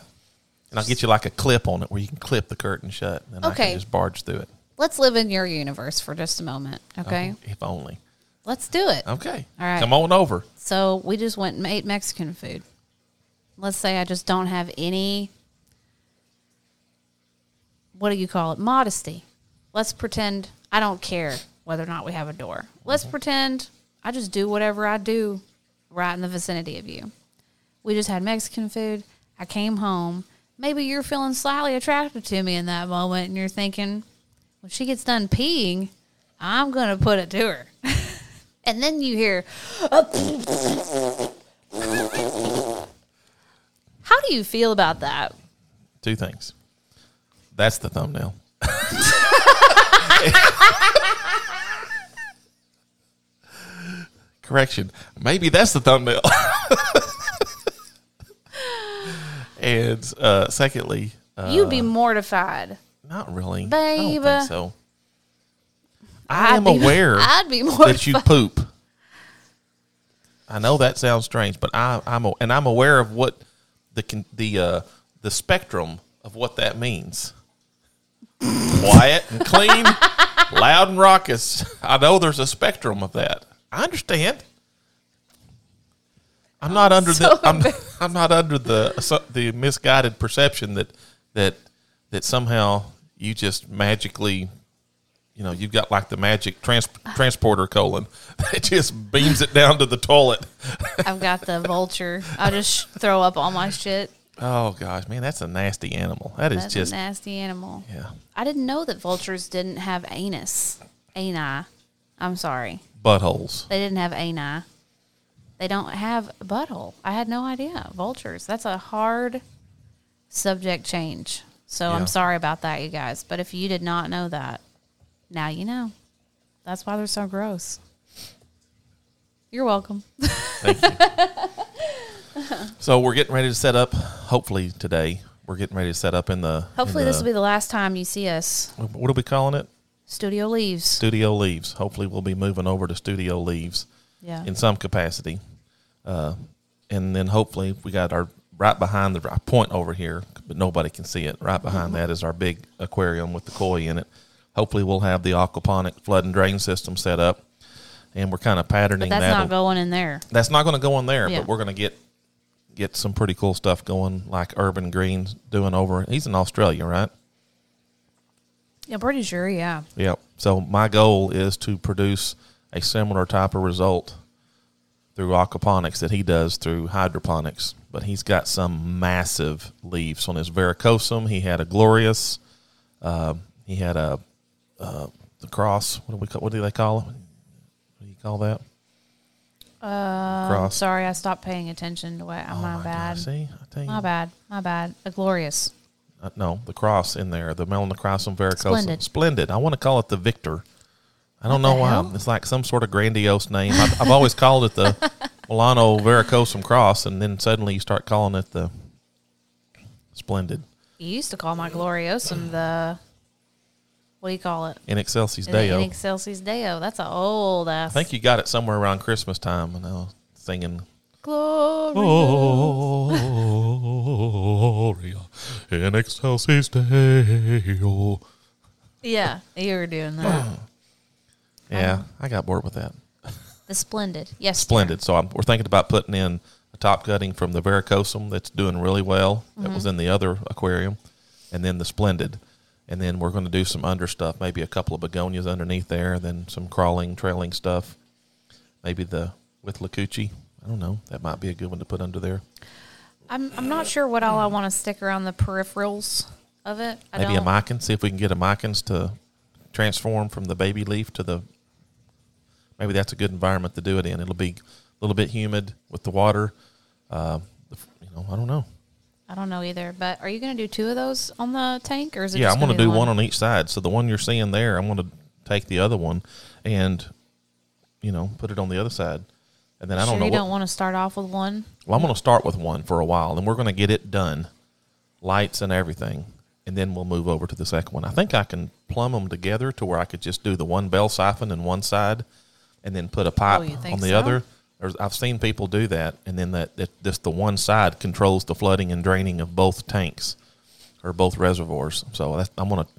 S2: And I'll get you like a clip on it where you can clip the curtain shut and I
S3: Okay.
S2: can just barge through it.
S3: Let's live in your universe for just a moment, okay?
S2: If only.
S3: Let's do it.
S2: Okay.
S3: All right.
S2: Come on over.
S3: So we just went and ate Mexican food. Let's say I just don't have any. What do you call it? Modesty. Let's pretend I don't care whether or not we have a door. Let's pretend I just do whatever I do right in the vicinity of you. We just had Mexican food. I came home. Maybe you're feeling slightly attracted to me in that moment and you're thinking, when she gets done peeing, I'm going to put it to her. [LAUGHS] and then you hear, How do you feel about that?
S2: Two things. That's the thumbnail. Correction. Maybe that's the thumbnail. and uh, secondly, uh,
S3: You'd be mortified.
S2: not really. I
S3: Babe.
S2: don't think so. I am
S3: I'd be-
S2: aware
S3: [LAUGHS] I'd be
S2: that
S3: mortified.
S2: you poop. I know that sounds strange, but I, I'm a- and I'm aware of what the con- the uh, the spectrum of what that means. Quiet and clean, loud and raucous. I know there's a spectrum of that. I understand. I'm not under
S3: so
S2: the I'm, I'm not under the so- the misguided perception that that that somehow you just magically you know, you've got like the magic trans- transporter colon [LAUGHS] that just beams it down to the toilet.
S3: I've got the vulture.
S2: [LAUGHS]
S3: I'll just throw up all my shit.
S2: Oh gosh, man, that's a nasty animal. That is
S3: That's
S2: just
S3: a nasty animal.
S2: yeah.
S3: I didn't know that vultures didn't have anus. Ani. I'm sorry.
S2: Buttholes.
S3: They didn't have ani. They don't have a butthole. I had no idea. Vultures. That's a hard subject change. So
S2: Yeah.
S3: I'm sorry about that, you guys. But if you did not know that, now you know. That's why they're so gross. You're welcome. [LAUGHS]
S2: Thank you. so we're getting ready to set up. Hopefully today, we're getting ready to set up in the.
S3: Hopefully,
S2: uh,
S3: this will be the last time you see us.
S2: be. What are we calling it?
S3: Studio leaves.
S2: Studio leaves. Hopefully, we'll be moving over to studio leaves.
S3: Yeah.
S2: in some capacity. Uh, and then hopefully we got our right behind the right point over here, but nobody can see it. Right behind
S3: Mm-hmm.
S2: that is our big aquarium with the koi in it. Hopefully we'll have the aquaponic flood and drain system set up, and we're kind of patterning
S3: But that's
S2: that.
S3: not going in there.
S2: that's not going to go in there,
S3: Yeah.
S2: but we're going to get get some pretty cool stuff going, like Urban Green's doing over. He's in Australia, right?
S3: I'm pretty sure. Yeah.
S2: Yeah. So my goal is to produce a similar type of result through aquaponics that he does through hydroponics. But he's got some massive leaves on his varicosum. He had a glorious. Uh, he had a uh, the cross. What do we call? What do they call it? What do you call that? Uh,
S3: I'm sorry, I stopped paying attention to what.
S2: Oh
S3: my, bad.
S2: See, I tell you,
S3: My bad. My bad. A glorious.
S2: Uh, no, the cross in there, the melanocrosum varicosum.
S3: Splendid.
S2: Splendid. I want to call it the Victor. I don't know
S3: the
S2: why.
S3: hell?
S2: It's like some sort of grandiose name. I've, I've always called it the
S3: [LAUGHS]
S2: Milano varicosum cross, and then suddenly you start calling it the Splendid.
S3: You used to call my gloriosum the. What do you call it?
S2: In Excelsis
S3: The
S2: Deo.
S3: In excelsis Deo. That's an old ass.
S2: I think you got it somewhere around Christmas time, and I was singing
S3: Glory.
S2: Gloria in Excelsis Deo.
S3: Yeah, you were doing that.
S2: Yeah,
S3: Um,
S2: I got bored with that.
S3: [GASPS] the splendid. Yes.
S2: splendid. So I'm, we're thinking about putting in a top cutting from the varicosum that's doing really well. That
S3: Mm-hmm.
S2: was in the other aquarium, and then the splendid, and then we're going to do some under stuff. Maybe a couple of begonias underneath there, then some crawling, trailing stuff. Maybe the with lacucci. I don't know. That might be a good one to put under there.
S3: I'm I'm not sure what all I want to stick around the peripherals of it. I
S2: Maybe a
S3: don't.
S2: Mikens. See if we can get a Mikens to transform from the baby leaf to the. Maybe that's a good environment to do it in. It'll be a little bit humid with the water. Uh, the f- you know, I don't know.
S3: I don't know either. But are you going to do two of those on the tank, or is it?
S2: yeah,
S3: just
S2: I'm going to
S3: gonna
S2: do
S3: be the
S2: one on each side. So the one you're seeing there, I'm going to take the other one, and you know, put it on the other side. And then I don't
S3: sure
S2: know.
S3: you
S2: what-
S3: don't want to start off with one.
S2: Well, I'm going to start with one for a while, and we're going to get it done, lights and everything, and then we'll move over to the second one. I think I can plumb them together to where I could just do the one bell siphon in one side, and then put a pipe
S3: Oh, you think
S2: on the
S3: so?
S2: other. There's, I've seen people do that, and then that, that just the one side controls the flooding and draining of both tanks or both reservoirs. So that's, I'm going to.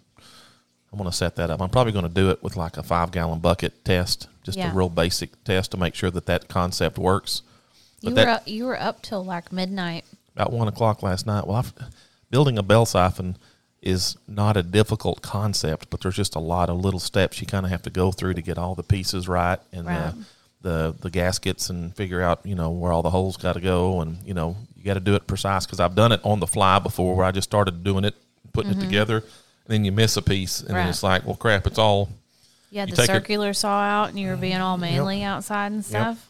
S2: I'm gonna set that up. I'm probably gonna do it with like a five gallon bucket test, just
S3: Yeah.
S2: a real basic test to make sure that that concept works.
S3: You
S2: that-
S3: were up, you were up till like midnight.
S2: about one o'clock last night. Well, I've, building a bell siphon is not a difficult concept, but there's just a lot of little steps you kind of have to go through to get all the pieces right and
S3: Right.
S2: The, the the gaskets and figure out you know where all the holes got to go and you know you got to do it precise because I've done it on the fly before where I just started doing it, putting it together, and then you miss a piece and then
S3: Mm-hmm. Right.
S2: it's like well crap it's all
S3: You had
S2: You
S3: the
S2: take a-
S3: circular saw out, and you were
S2: Mm-hmm.
S3: being all manly outside and stuff.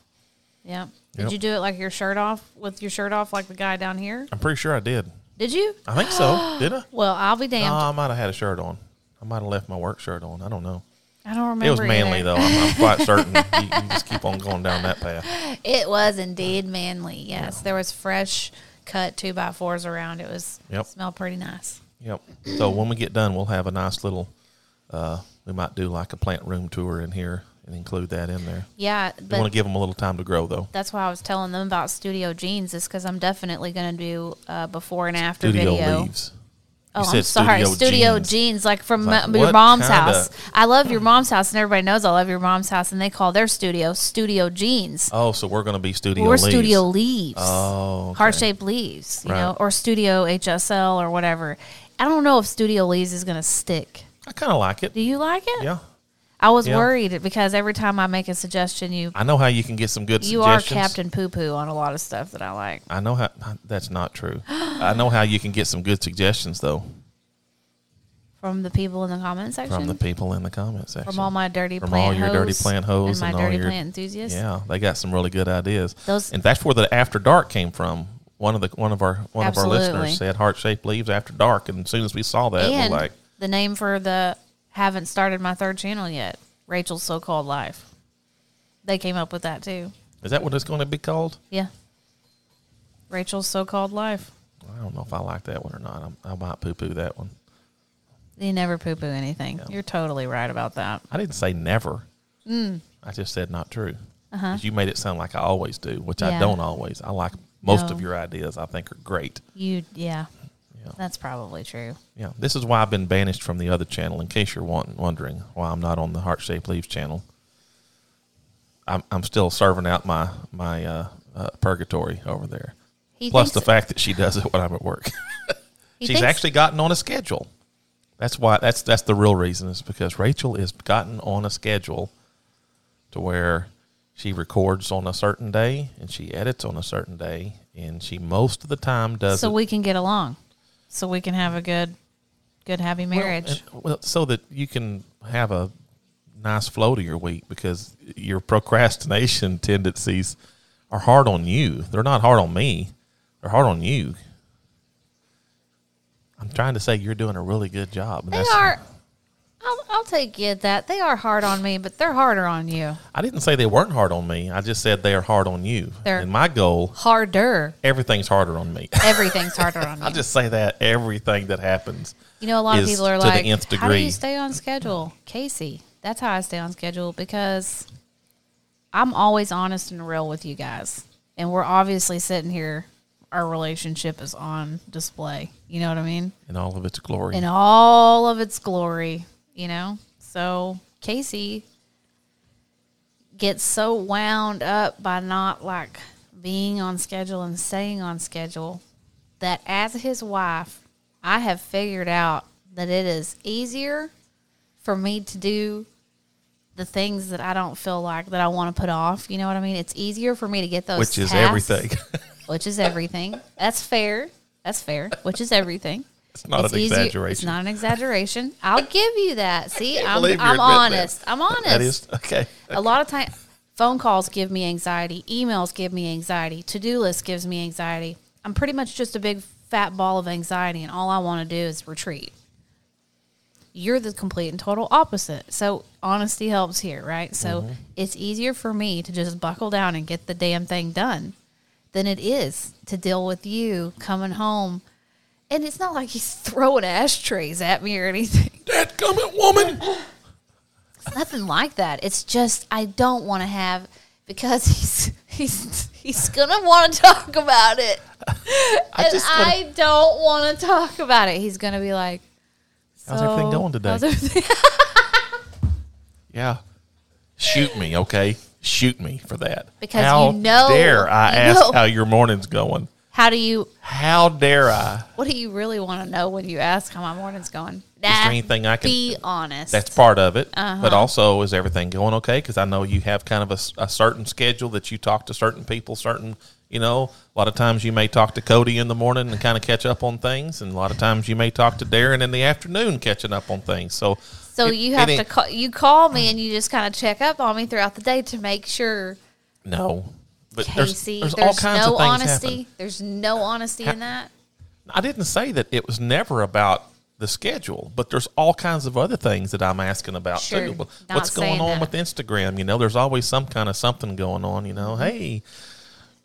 S3: Yep. Did
S2: Yep.
S3: you do it like your shirt off with your shirt off, like the guy down here?
S2: I'm pretty sure I did
S3: Did you?
S2: I think
S3: [GASPS]
S2: so did I
S3: Well, I'll be
S2: no,
S3: damned.
S2: I might have had a shirt on I might have left my work shirt on I don't know.
S3: I don't remember.
S2: It was manly though.
S3: either. [LAUGHS]
S2: I'm, I'm quite certain. you, you just keep on going down that path.
S3: It was indeed manly. Yes, there was fresh cut two by fours around. It was
S2: Yep.
S3: smelled pretty nice.
S2: Yep. So when we get done, we'll have a nice little. Uh, we might do like a plant room tour in here and include that in there.
S3: Yeah,
S2: We want
S3: but
S2: to give them a little time to grow though.
S3: that's why I was telling them about Studio Jeans is because I'm definitely going to do uh, before and after
S2: Studio
S3: video.
S2: leaves.
S3: Oh,
S2: You
S3: I'm
S2: said
S3: sorry,
S2: Studio
S3: Studio
S2: Jeans.
S3: Jeans, like from
S2: Like,
S3: my- your
S2: what
S3: mom's
S2: kinda-
S3: house. I love your mom's house, and everybody knows I love your mom's house, and they call their studio Studio Jeans
S2: Oh, so we're going to be studio.
S3: or
S2: leaves.
S3: Studio Leaves.
S2: Oh, okay.
S3: heart shaped leaves, you
S2: Right.
S3: know, or studio HSL or whatever. I don't know if studio leaves is going to stick.
S2: I kind of like it.
S3: Do you like it?
S2: Yeah.
S3: I was
S2: Yeah.
S3: worried because every time I make a suggestion, you
S2: I know how you can get some good.
S3: you are
S2: suggestions.
S3: Captain Poo Poo on a lot of stuff that I like.
S2: I know how. That's not true. [GASPS] I know how you can get some good suggestions though
S3: From the people in the comment section,
S2: from the people in the comment section.
S3: From all my dirty
S2: From
S3: plant
S2: all your dirty
S3: hoes
S2: plant hoes
S3: and
S2: and
S3: my
S2: all
S3: dirty
S2: your-
S3: plant enthusiasts.
S2: Yeah, they got some really good ideas.
S3: Those-
S2: and that's where the After Dark came from. One of the one of our one of our
S3: Absolutely.
S2: listeners said heart shaped leaves after dark, and as soon as we saw that,
S3: and
S2: we're like,
S3: the name for the haven't started my third channel yet, Rachel's so called life. They came up with that too.
S2: "Is that what it's going to be called?"
S3: Yeah, Rachel's so called life.
S2: I don't know if I like that one or not. I'm, I might poo poo that one.
S3: You never poo poo anything. You're totally right about that.
S2: I didn't say never.
S3: Mm.
S2: I just said not true. 'Cause You made it sound like I always do, which I
S3: Uh-huh. Yeah.
S2: don't always. I like most
S3: No.
S2: of your ideas. I think are great.
S3: You, yeah,
S2: Yeah.
S3: that's probably true.
S2: Yeah, this is why I've been banished from the other channel. In case you're want- wondering why I'm not on the Heart Shaped Leaves channel, I'm I'm still serving out my my uh, uh, purgatory over there.
S3: He
S2: Plus the
S3: thinks-
S2: fact that she does it [LAUGHS] when I'm at work.
S3: He
S2: She's
S3: thinks-
S2: actually gotten on a schedule. That's why that's that's the real reason is because Rachel is gotten on a schedule to where she records on a certain day and she edits on a certain day and she most of the time does
S3: so
S2: it
S3: we can get along, so we can have a good, good happy marriage.
S2: Well, and- well, so that you can have a nice flow to your week because your procrastination [LAUGHS] tendencies are hard on you. They're not hard on me. They're hard on you. I'm trying to say you're doing a really good job. and
S3: they
S2: that's-
S3: are. I'll, I'll take you at that. They are hard on me, but they're harder on you.
S2: I didn't say they weren't hard on me. I just said they are hard on you.
S3: They're-
S2: and my goal,
S3: Harder.
S2: everything's harder on me. [LAUGHS]
S3: Everything's harder on
S2: I [LAUGHS]
S3: you.
S2: just say that everything that happens.
S3: You know, a lot of
S2: is
S3: people are
S2: to the
S3: like,
S2: nth
S3: "How do you
S2: degree."
S3: stay on schedule, Casey?" That's how I stay on schedule because I'm always honest and real with you guys, and we're obviously sitting here. Our relationship is on display. You know what I mean?
S2: In all of its glory.
S3: in all of its glory, you know? So Casey gets so wound up by not like being on schedule and staying on schedule that as his wife, I have figured out that it is easier for me to do the things that I don't feel like that I want to put off. You know what I mean? It's easier for me to get those
S2: which is
S3: tasks
S2: everything. [LAUGHS]
S3: which is everything. That's fair. That's fair, which is everything.
S2: It's not an
S3: easier- It's
S2: exaggeration.
S3: not an exaggeration. I'll give you that. See, I'm,
S2: believe you're
S3: I'm
S2: admitting that.
S3: honest. I'm honest.
S2: That is okay.
S3: A lot of time, phone calls give me anxiety. Emails give me anxiety. To do list gives me anxiety. I'm pretty much just a big fat ball of anxiety, and all I want to do is retreat. You're the complete and total opposite. So honesty helps here, right? So it's easier for me to just buckle down and get the damn thing done than it is to deal with you coming home. And it's not like he's [LAUGHS] throwing ashtrays at me or anything.
S2: Dadgummit woman.
S3: nothing like that. It's just I don't want to have because he's he's he's gonna want to talk about it, and
S2: just wanna-
S3: I don't want to talk about it. He's gonna be like,
S2: How's everything
S3: "So,
S2: going today?"
S3: how's everything-
S2: Yeah. Shoot me, okay? Shoot me for that.
S3: Because
S2: how
S3: you know-
S2: dare I
S3: you
S2: ask
S3: know-
S2: how your morning's going?
S3: [LAUGHS] How do you?
S2: How dare I?
S3: What do you really want to know when you ask how my morning's going?
S2: there
S3: Nah,
S2: anything I can-
S3: be honest?
S2: That's part of it.
S3: Uh-huh.
S2: But also, is everything going okay? Because I know you have kind of a s- a, certain schedule that you talk to certain people, certain, you know, a lot of times you may talk to Cody in the morning and kind of catch up on things. And a lot of times you may talk to Darren in the afternoon catching up on things. So,
S3: so
S2: it-
S3: you
S2: it
S3: have to
S2: ain't-
S3: call you call me and you just kind of check up on me throughout the day to make sure.
S2: No. But there's-
S3: Casey,
S2: there's,
S3: there's,
S2: all kinds
S3: no
S2: of things
S3: honesty.
S2: happen.
S3: There's no honesty in that.
S2: I didn't say that it was never about the schedule, but there's all kinds of other things that I'm asking about
S3: Sure.
S2: too. Well,
S3: Not
S2: What's going
S3: saying
S2: on with
S3: that.
S2: Instagram? You know, there's always some kind of something going on. You know, hey,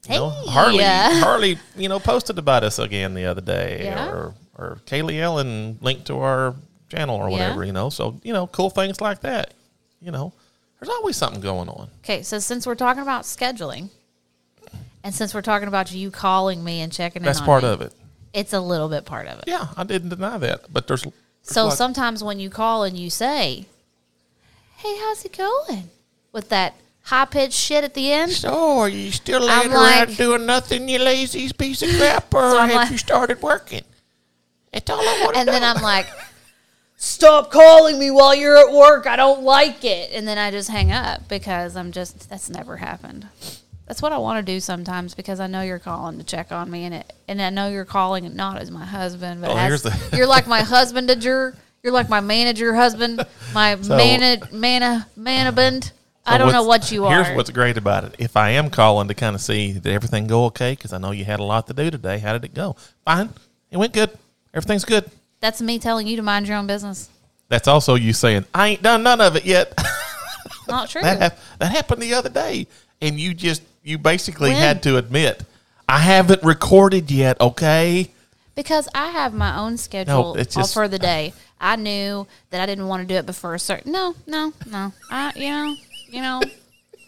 S2: you know,
S3: Mm-hmm. Hey,
S2: Harley,
S3: yeah. [LAUGHS]
S2: Harley, you know, posted about us again the other day,
S3: Yeah.
S2: or or Kaylee Ellen linked to our channel or whatever. You know, so you know, cool things like that. You know, there's always something going on.
S3: Okay, so since we're talking about scheduling, and since we're talking about you calling me and checking in,
S2: That's
S3: on
S2: part
S3: me,
S2: of it.
S3: It's a little bit part of it.
S2: Yeah, I didn't deny that, but there's, there's
S3: so
S2: like-
S3: sometimes when you call and you say, "Hey, how's it going?" with that high pitched shit at the end,
S2: So, are you still laying
S3: like-
S2: around doing nothing, you lazy piece of crap, or
S3: [LAUGHS] So I'm
S2: have
S3: like-
S2: you started working? That's all I want to
S3: and
S2: know.
S3: then I'm like, "Stop calling me while you're at work. I don't like it." And then I just hang up because I'm just that's never happened. That's what I want to do sometimes because I know you're calling to check on me, and it, and I know you're calling not as my husband, but
S2: Oh,
S3: as,
S2: here's the-
S3: [LAUGHS] you're like my husbandager. You're like my manager husband, my
S2: [LAUGHS] So-
S3: mana mana manaband. I don't know
S2: What's-
S3: what you are.
S2: Here's what's great about it. If I am calling to kind of see, did everything go okay? Because I know you had a lot to do today. How did it go? Fine. It went good. Everything's good.
S3: That's me telling you to mind your own business.
S2: That's also you saying, I ain't done none of it yet. [LAUGHS]
S3: Not true.
S2: that, hap- that happened the other day. And you just, you basically
S3: When?
S2: had to admit, I haven't recorded yet, okay? [LAUGHS]
S3: Because I have my own schedule
S2: it's
S3: all
S2: just-
S3: for the day. I knew that I didn't want to do it before a certain. No, no, no. I, you know, you know,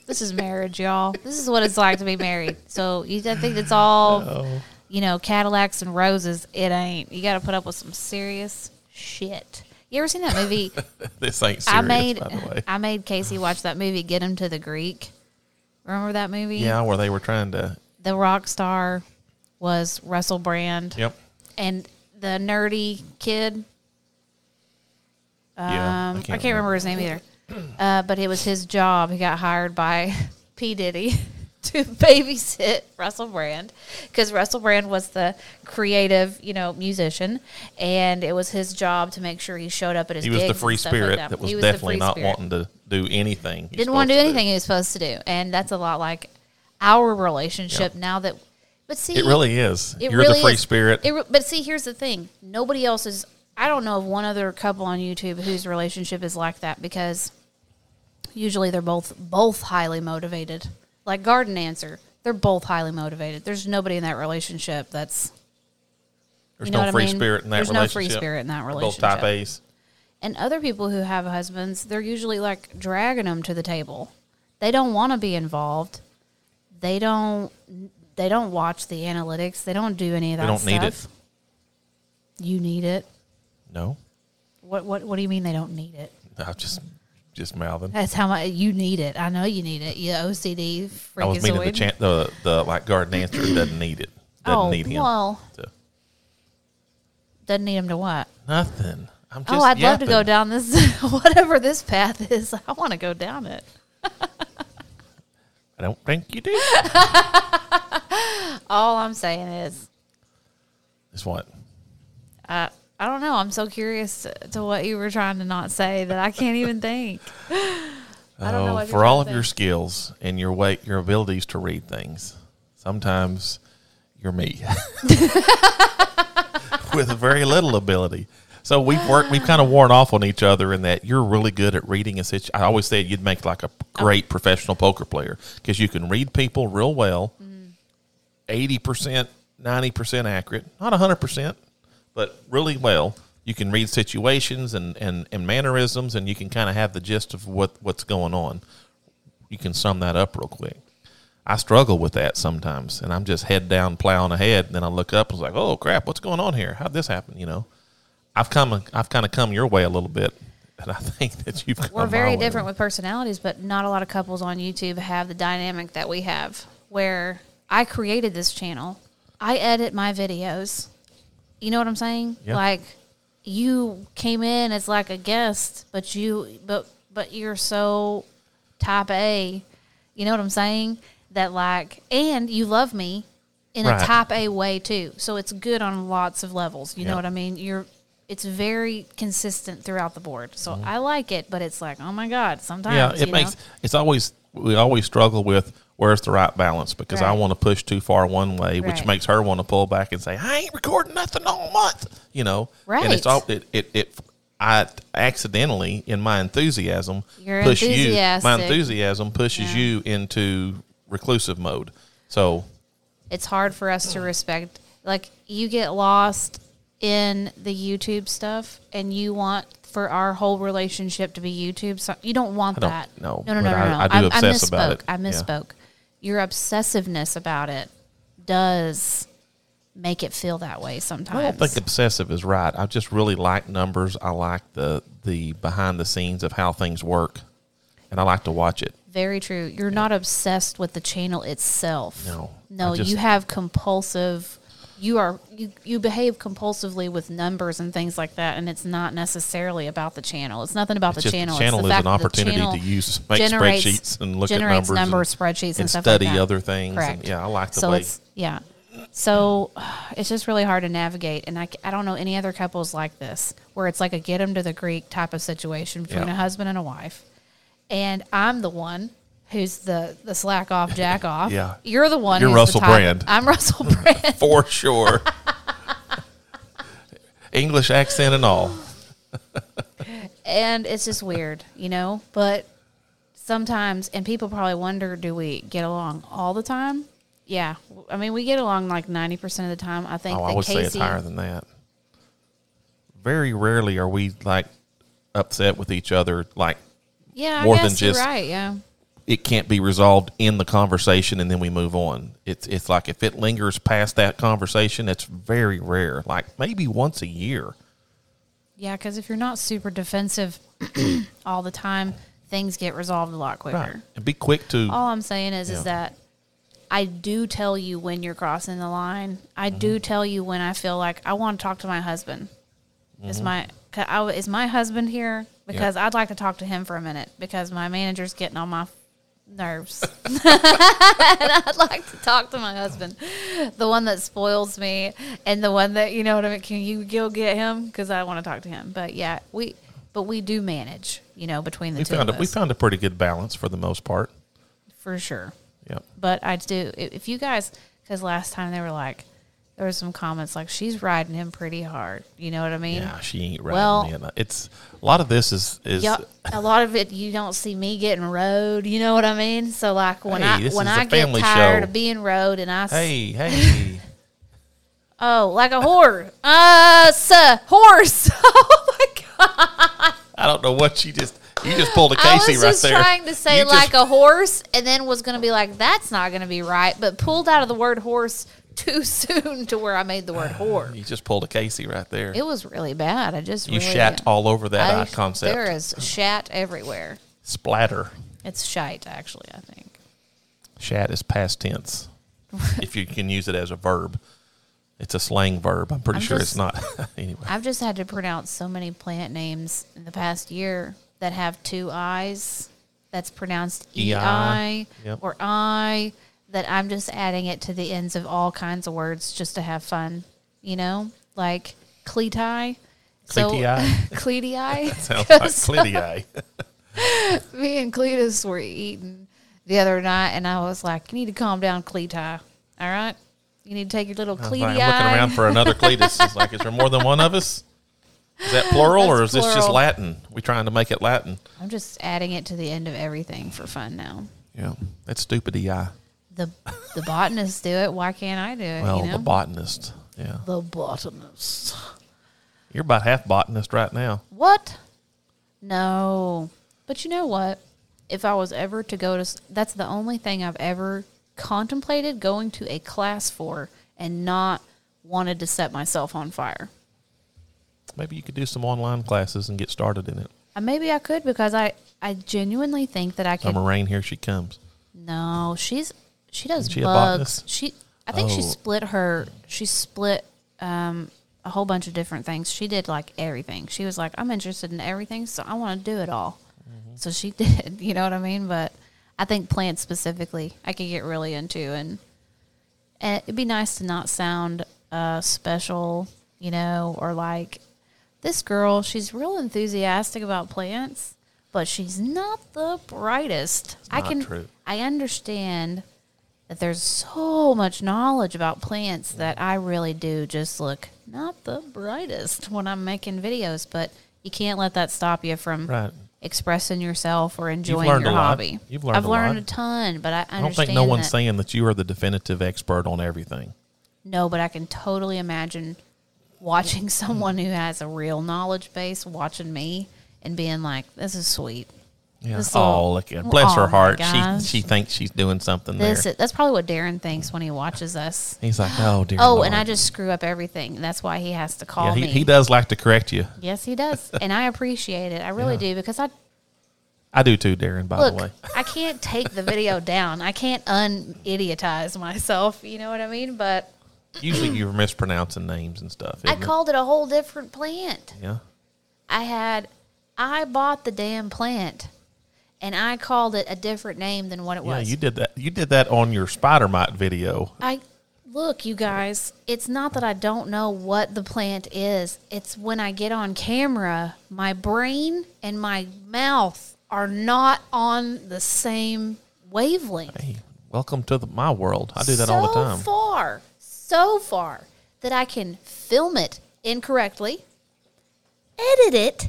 S3: this is marriage, y'all. This is what it's like to be married. So you, I think it's all, you know, Cadillacs and roses. It ain't. You got to put up with some serious shit. You ever seen
S2: [LAUGHS]
S3: that movie?
S2: This ain't serious,
S3: I made,
S2: by the way.
S3: I made Casey watch that movie. Get him to the Greek. Remember that movie?
S2: Yeah, where they were trying to.
S3: The rock star was Russell Brand.
S2: Yep.
S3: and the nerdy kid.
S2: yeah,
S3: Um, I can't, remember his name either. Uh, but it was his job. He got hired by [LAUGHS] P Diddy to babysit [LAUGHS] Russell Brand because Russell Brand was the creative, you know, musician, and it was his job to make sure he showed up at his.
S2: He was
S3: gigs
S2: the
S3: and
S2: free
S3: stuff like
S2: spirit
S3: that,
S2: that was,
S3: He the
S2: definitely
S3: free
S2: not
S3: spirit
S2: wanting to do anything. he was
S3: didn't want to do
S2: supposed
S3: anything he was supposed to do, and that's a lot like our relationship now that. But see,
S2: It really is.
S3: It
S2: You're
S3: really
S2: the free
S3: is.
S2: spirit.
S3: It re- but see, here's the thing: nobody else is. I don't know of one other couple on YouTube whose relationship is like that because usually they're both both highly motivated. Like Garden Answer, they're both highly motivated. There's nobody in that relationship that's
S2: There's
S3: you know
S2: no
S3: what I
S2: free
S3: mean?
S2: spirit in that
S3: There's no
S2: relationship.
S3: free spirit in that
S2: They're Both
S3: relationship.
S2: type A's.
S3: and other people who have husbands, they're usually like dragging them to the table. They don't want to be involved. They don't. They don't watch the analytics. They don't do any of that.
S2: They don't
S3: stuff.
S2: need it.
S3: You need it.
S2: No,
S3: What what what do you mean they don't need it?
S2: I just just mouthing.
S3: That's how much you need it. I know you need it. You OCD freakazoid.
S2: I was meaning the chan the the like garden answer doesn't need
S3: [CLEARS THROAT]
S2: it. Doesn't
S3: Oh,
S2: need him.
S3: well.
S2: to-
S3: Doesn't need him to what?
S2: nothing. I'm just
S3: oh, I'd love to go
S2: yapping.
S3: down this [LAUGHS] whatever this path is. I want to go down it. [LAUGHS]
S2: I don't think you do.
S3: All I'm saying is,
S2: It's what?
S3: I don't know. I'm so curious to what you were trying to not say that I can't even think. I don't know
S2: Oh,
S3: what you're
S2: for all
S3: trying
S2: of
S3: to
S2: your
S3: think.
S2: skills and your weight, your abilities to read things, sometimes you're me [LAUGHS] with very little ability. So we've worked, we've kind of worn off on each other in that you're really good at reading a situation. I always said you'd make like a
S3: Oh.
S2: great professional poker player because you can read people real well, 80%, 90% accurate, not 100%, but really well. You can read situations and, and, and mannerisms, and you can kind of have the gist of what, what's going on. You can sum that up real quick. I struggle with that sometimes, and I'm just head down plowing ahead. And then I look up and it's like, "Oh crap, what's going on here? How'd this happen?" You know, I've come, I've kind of come your way a little bit, and I [LAUGHS] think that you've.
S3: We're
S2: come
S3: very
S2: my way.
S3: different with personalities, but not a lot of couples on YouTube have the dynamic that we have where I created this channel. I edit my videos. You know what I'm saying?
S2: Yeah.
S3: Like you came in as like a guest, but you but but you're so type A. You know what I'm saying? That like and you love me in
S2: Right.
S3: a type A way too. So it's good on lots of levels. You
S2: Yeah.
S3: know what I mean? You're it's very consistent throughout the board. So I like it, but it's like, oh my God, sometimes
S2: Mm-hmm. Yeah, it
S3: you
S2: makes
S3: know?
S2: it's always we always struggle with where's the right balance because I
S3: Right.
S2: want to push too far one way, which
S3: Right.
S2: makes her want to pull back and say, "I ain't recording nothing all month," you know. And it's
S3: Right.
S2: all it it. it I accidentally, in my enthusiasm,
S3: You're
S2: push you. My
S3: enthusiastic.
S2: enthusiasm pushes
S3: Yeah.
S2: you into reclusive mode. So
S3: it's hard for us to respect like you get lost in the YouTube stuff and you want for our whole relationship to be YouTube. So you don't want
S2: I don't-
S3: that.
S2: no,
S3: no, no,
S2: but
S3: no, no.
S2: I-
S3: no.
S2: I do obsess
S3: misspoke.
S2: about it.
S3: I
S2: Yeah.
S3: misspoke. Your obsessiveness about it does make it feel that way sometimes.
S2: I don't think obsessive is right. I just really like numbers. I like the the behind the scenes of how things work, and I like to watch it.
S3: Very true. You're not obsessed with the channel itself.
S2: No. I
S3: No,
S2: just-
S3: you have compulsive you are you, you behave compulsively with numbers and things like that and it's not necessarily about the channel. It's nothing about
S2: It's
S3: the
S2: just-
S3: channel.
S2: channel
S3: it's
S2: is
S3: the fact
S2: an
S3: that the
S2: opportunity
S3: channel
S2: to use- make
S3: generates-
S2: spreadsheets and look at
S3: generates
S2: numbers and-
S3: numbers, spreadsheets and,
S2: and
S3: stuff
S2: study
S3: like that.
S2: other things and-
S3: Correct.
S2: yeah, I like the
S3: so
S2: way-
S3: It's, yeah. So [SIGHS] it's just really hard to navigate and I, c- I don't know any other couples like this where it's like a get them to the Greek type of situation between
S2: Yeah.
S3: a husband and a wife and I'm the one who's the the slack off
S2: [LAUGHS]
S3: jack off.
S2: Yeah.
S3: you're the one.
S2: You're
S3: who's the
S2: Russell
S3: type-
S2: Brand. [LAUGHS]
S3: I'm Russell Brand.
S2: for sure. [LAUGHS] English accent and all.
S3: and it's just weird, you know. But sometimes, and people probably wonder, do we get along all the time? Yeah, I mean, we get along like ninety percent of the time. I think
S2: Oh,
S3: that
S2: I would
S3: Casey,
S2: say it's higher than that. Very rarely are we like upset with each other. Like
S3: yeah, I
S2: more
S3: guess
S2: than
S3: you're
S2: just-
S3: right. Yeah,
S2: it can't be resolved in the conversation, and then we move on. It's it's like if it lingers past that conversation, it's very rare. Like maybe once a year.
S3: yeah, because if you're not super defensive [CLEARS THROAT] all the time, things get resolved a lot quicker.
S2: Right. And be quick to
S3: All I'm saying is,
S2: Yeah.
S3: is that I do tell you when you're crossing the line. I
S2: Mm-hmm.
S3: do tell you when I feel like I want to talk to my husband. Is
S2: Mm-hmm.
S3: my ca- I w- is my husband here? Because I'd like to talk to him for a minute because my manager's getting on my
S2: [LAUGHS]
S3: nerves. [LAUGHS] and I'd like to talk to my husband, the one that spoils me, and the one that you know what I mean. Can you go get him? Because I want to talk to him. But yeah, we but we do manage, you know, between the
S2: we
S3: two
S2: found a,
S3: of
S2: we
S3: us
S2: found a pretty good balance for the most part.
S3: for sure
S2: Yep.
S3: but I do. i- If you guys, because last time they were like, there were some comments like she's riding him pretty hard. You know what I mean?
S2: Yeah, she ain't riding
S3: Well-
S2: me. And It's a lot of this is is
S3: Yup. a lot of it you don't see me getting rode. You know what I mean? So like when
S2: Hey,
S3: I
S2: this
S3: when
S2: is a
S3: I get
S2: family
S3: tired
S2: show.
S3: of being rode and I s- [LAUGHS]
S2: hey hey.
S3: oh like a whore uh sir, horse. [LAUGHS] oh my god.
S2: I don't know what she just you just pulled a
S3: I
S2: Casey
S3: was
S2: right
S3: just
S2: there.
S3: trying to say
S2: You just-
S3: like a horse, and then was going to be like, "That's not going to be right," but pulled out of the word horse too [LAUGHS] soon to where I made
S2: [SIGHS]
S3: the word whore.
S2: you just pulled a Casey right there.
S3: It was really bad. I just
S2: you
S3: really,
S2: shat all over that eye
S3: I-
S2: concept.
S3: There is shat everywhere.
S2: Splatter.
S3: It's shite, actually. I think.
S2: Shat is past
S3: [LAUGHS]
S2: tense. if you can use it as a verb. It's a slang verb. I'm pretty
S3: I'm
S2: sure it's
S3: just-
S2: not. [LAUGHS]
S3: [LAUGHS]
S2: anyway.
S3: I've just had to pronounce so many plant names in the past year that have two I's. That's pronounced E
S2: E-I.
S3: I
S2: Yep.
S3: or I. that I'm just adding it to the ends of all kinds of words just to have fun, you know, like cleati.
S2: Cletii?
S3: [LAUGHS] So,
S2: [LAUGHS]
S3: cletii.
S2: Sounds like
S3: [LAUGHS]
S2: Clitiae.
S3: me and Cletus were eating the other night, and I was like, "You need to calm down, Cleti. All right, you need to take your little
S2: I was
S3: Cleti."
S2: like, I'm looking around for another Cletus. It's like, is there more than one of us? Is that plural or is
S3: That's
S2: this just
S3: plural.
S2: Latin? We trying to make it Latin.
S3: I'm just adding it to the end of everything for fun now.
S2: Yeah, that's stupid. E EI.
S3: The the botanists do it. Why can't I do it?
S2: Well,
S3: Uh, you know?
S2: the botanist. Yeah,
S3: the botanist.
S2: you're about half botanist right now.
S3: What? No. But you know what? If I was ever to go to, s- that's the only thing I've ever contemplated going to a class for and not wanted to set myself on fire.
S2: Maybe you could do some online classes and get started in it.
S3: Uh, Maybe I could because I, I genuinely think that I could.
S2: Summer rain, here she comes.
S3: No, she's she does
S2: She a
S3: bugs.
S2: botanist?
S3: She I think she
S2: Oh.
S3: split her she split um a whole bunch of different things. She did like everything. She was like, I'm interested in everything, so I want to do it all.
S2: Mm-hmm.
S3: So she [LAUGHS] did, you know what I mean? But I think plants specifically I could get really into and and it'd be nice to not sound uh special, you know, or like this girl, she's real enthusiastic about plants, but she's not the brightest. I
S2: not
S3: can
S2: true.
S3: I understand that there's so much knowledge about plants that I really do just look not the brightest when I'm making videos, but you can't let that stop you from
S2: Right.
S3: expressing yourself or enjoying
S2: learned
S3: your
S2: a lot.
S3: hobby.
S2: You've learned
S3: I've
S2: a
S3: learned
S2: lot.
S3: a ton, but I
S2: I
S3: understand
S2: don't think no one's
S3: that-
S2: saying that you are the definitive expert on everything.
S3: no, but I can totally imagine watching [LAUGHS] someone who has a real knowledge base watching me and being like, "This is sweet."
S2: Yeah.
S3: This
S2: Oh,
S3: little-
S2: look at bless
S3: Oh,
S2: her
S3: my
S2: heart.
S3: gosh.
S2: She she thinks she's doing something
S3: This
S2: there.
S3: is, that's probably what Darren thinks when he watches us.
S2: He's like, oh dear.
S3: Oh, and I
S2: Lord."
S3: just screw up everything. That's why he has to call
S2: yeah, he,
S3: me.
S2: he does like to correct you.
S3: Yes,
S2: [LAUGHS]
S3: he does, and I appreciate it. I really do because I
S2: I do too, Darren. By the way,
S3: look. I can't take
S2: [LAUGHS]
S3: the video down. I can't unidiotize myself. You know what I mean? But
S2: usually you're mispronouncing names and stuff.
S3: I
S2: isn't it?
S3: called it a whole different plant.
S2: Yeah.
S3: I had I bought the damn plant and I called it a different name than what it
S2: Yeah,
S3: was.
S2: you did that. You did that on your spider mite video.
S3: I look, you guys, it's not that I don't know what the plant is. It's when I get on camera, my brain and my mouth are not on the same wavelength.
S2: Hey, welcome to the, my world. I do that
S3: so
S2: all the time.
S3: far, so far that I can film it incorrectly, edit it,